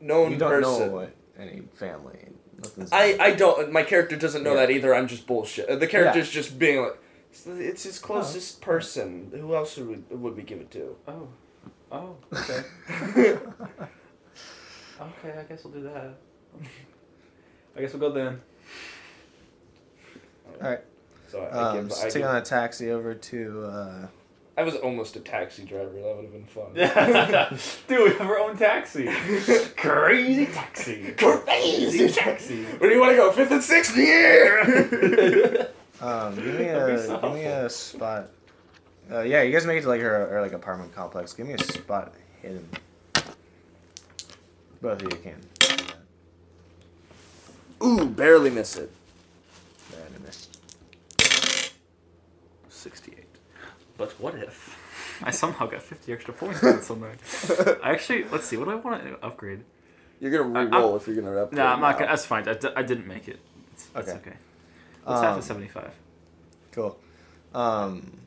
[SPEAKER 5] known
[SPEAKER 2] You don't know
[SPEAKER 5] person.
[SPEAKER 2] what any family. Nothing's
[SPEAKER 5] I I don't. My character doesn't know
[SPEAKER 2] Yeah.
[SPEAKER 5] that either. I'm just bullshit. Uh, The character's just being like, "It's- it's his closest person. Who else would we, would we give it to?
[SPEAKER 1] Oh. Oh, okay. okay, I guess we'll do that. I guess we'll go then.
[SPEAKER 2] Alright.
[SPEAKER 5] So I, I,
[SPEAKER 2] Um,
[SPEAKER 5] give,
[SPEAKER 2] just
[SPEAKER 5] I,
[SPEAKER 2] taking
[SPEAKER 5] give-
[SPEAKER 2] on a taxi over to. Uh,
[SPEAKER 5] I was almost a taxi driver. That would have been fun.
[SPEAKER 1] Dude, we have our own taxi. Crazy taxi. Crazy taxi.
[SPEAKER 5] Where do you want to go? Fifth and sixth year.
[SPEAKER 2] Um, give me
[SPEAKER 1] That'd
[SPEAKER 2] a
[SPEAKER 1] be so
[SPEAKER 2] give me a spot. Uh, yeah, you guys make it to like her, her like apartment complex. Give me a spot hidden. Both of you can.
[SPEAKER 5] Ooh, barely miss it.
[SPEAKER 2] Man, I missed.
[SPEAKER 5] 68.
[SPEAKER 1] But what if I somehow got 50 extra points on something? I actually, let's see, what do I want to upgrade?
[SPEAKER 5] You're going to
[SPEAKER 1] I- I'm-
[SPEAKER 5] re-roll if you're going to upgrade.
[SPEAKER 1] Nah, I'm not
[SPEAKER 5] now.
[SPEAKER 1] gonna. That's fine. I, d- I didn't make it. It's, okay.
[SPEAKER 2] Okay.
[SPEAKER 1] okay. Let's have
[SPEAKER 2] Um,
[SPEAKER 1] a 75.
[SPEAKER 2] Cool. Um,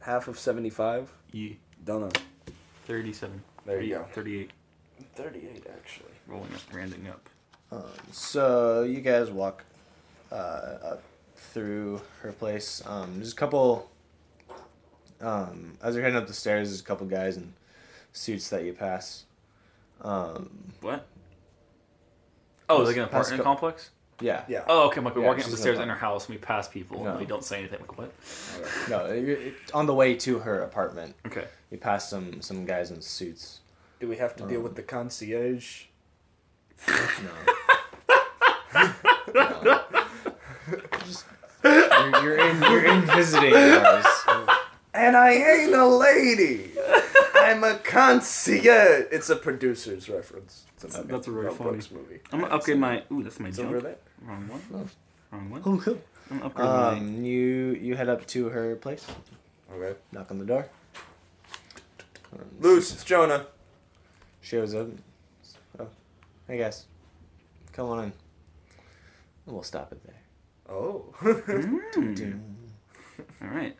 [SPEAKER 5] Half of 75?
[SPEAKER 1] Ye.
[SPEAKER 5] Don't know.
[SPEAKER 1] 37.
[SPEAKER 5] There you
[SPEAKER 1] 30
[SPEAKER 5] go.
[SPEAKER 1] 38.
[SPEAKER 5] 38, actually.
[SPEAKER 1] Rolling up, rounding up.
[SPEAKER 2] um, so you guys walk uh, up through her place. Um, there's a couple. Um, as you're heading up the stairs, there's a couple guys in suits that you pass. Um,
[SPEAKER 1] What? Oh,
[SPEAKER 2] Let's
[SPEAKER 1] is it an
[SPEAKER 2] pass
[SPEAKER 1] apartment
[SPEAKER 2] go-
[SPEAKER 1] complex?
[SPEAKER 2] yeah.
[SPEAKER 5] Yeah.
[SPEAKER 1] Oh, okay. I'm like, we're
[SPEAKER 2] Yeah,
[SPEAKER 1] walking
[SPEAKER 2] it's
[SPEAKER 1] up the
[SPEAKER 2] just an
[SPEAKER 1] stairs in her house and we pass people
[SPEAKER 2] No.
[SPEAKER 1] and we don't say anything. Like, what?
[SPEAKER 2] No, it, it, on the way to her apartment,
[SPEAKER 1] Okay.
[SPEAKER 2] you pass some some guys in suits.
[SPEAKER 5] Do we have to deal with the concierge?
[SPEAKER 2] No. No. Just- you're, you're in you're in visiting hours.
[SPEAKER 5] And I ain't a lady. I'm a concierge. It's a producer's reference. It's a,
[SPEAKER 1] That's a really
[SPEAKER 5] Mel
[SPEAKER 1] funny-
[SPEAKER 5] Brooks movie.
[SPEAKER 1] I'm gonna upgrade my. Ooh, that's my
[SPEAKER 5] It's
[SPEAKER 1] junk.
[SPEAKER 5] over there.
[SPEAKER 1] Wrong one. Wrong one.
[SPEAKER 2] Oh, cool.
[SPEAKER 1] I'm gonna upgrade my.
[SPEAKER 2] Um, you you head up to her place,
[SPEAKER 5] Okay.
[SPEAKER 2] knock on the door.
[SPEAKER 5] Luce, it's Jonah.
[SPEAKER 2] She was up. Oh, hey guys, come on in. And We'll stop it there.
[SPEAKER 5] Oh.
[SPEAKER 1] Mm. Hmm. All right.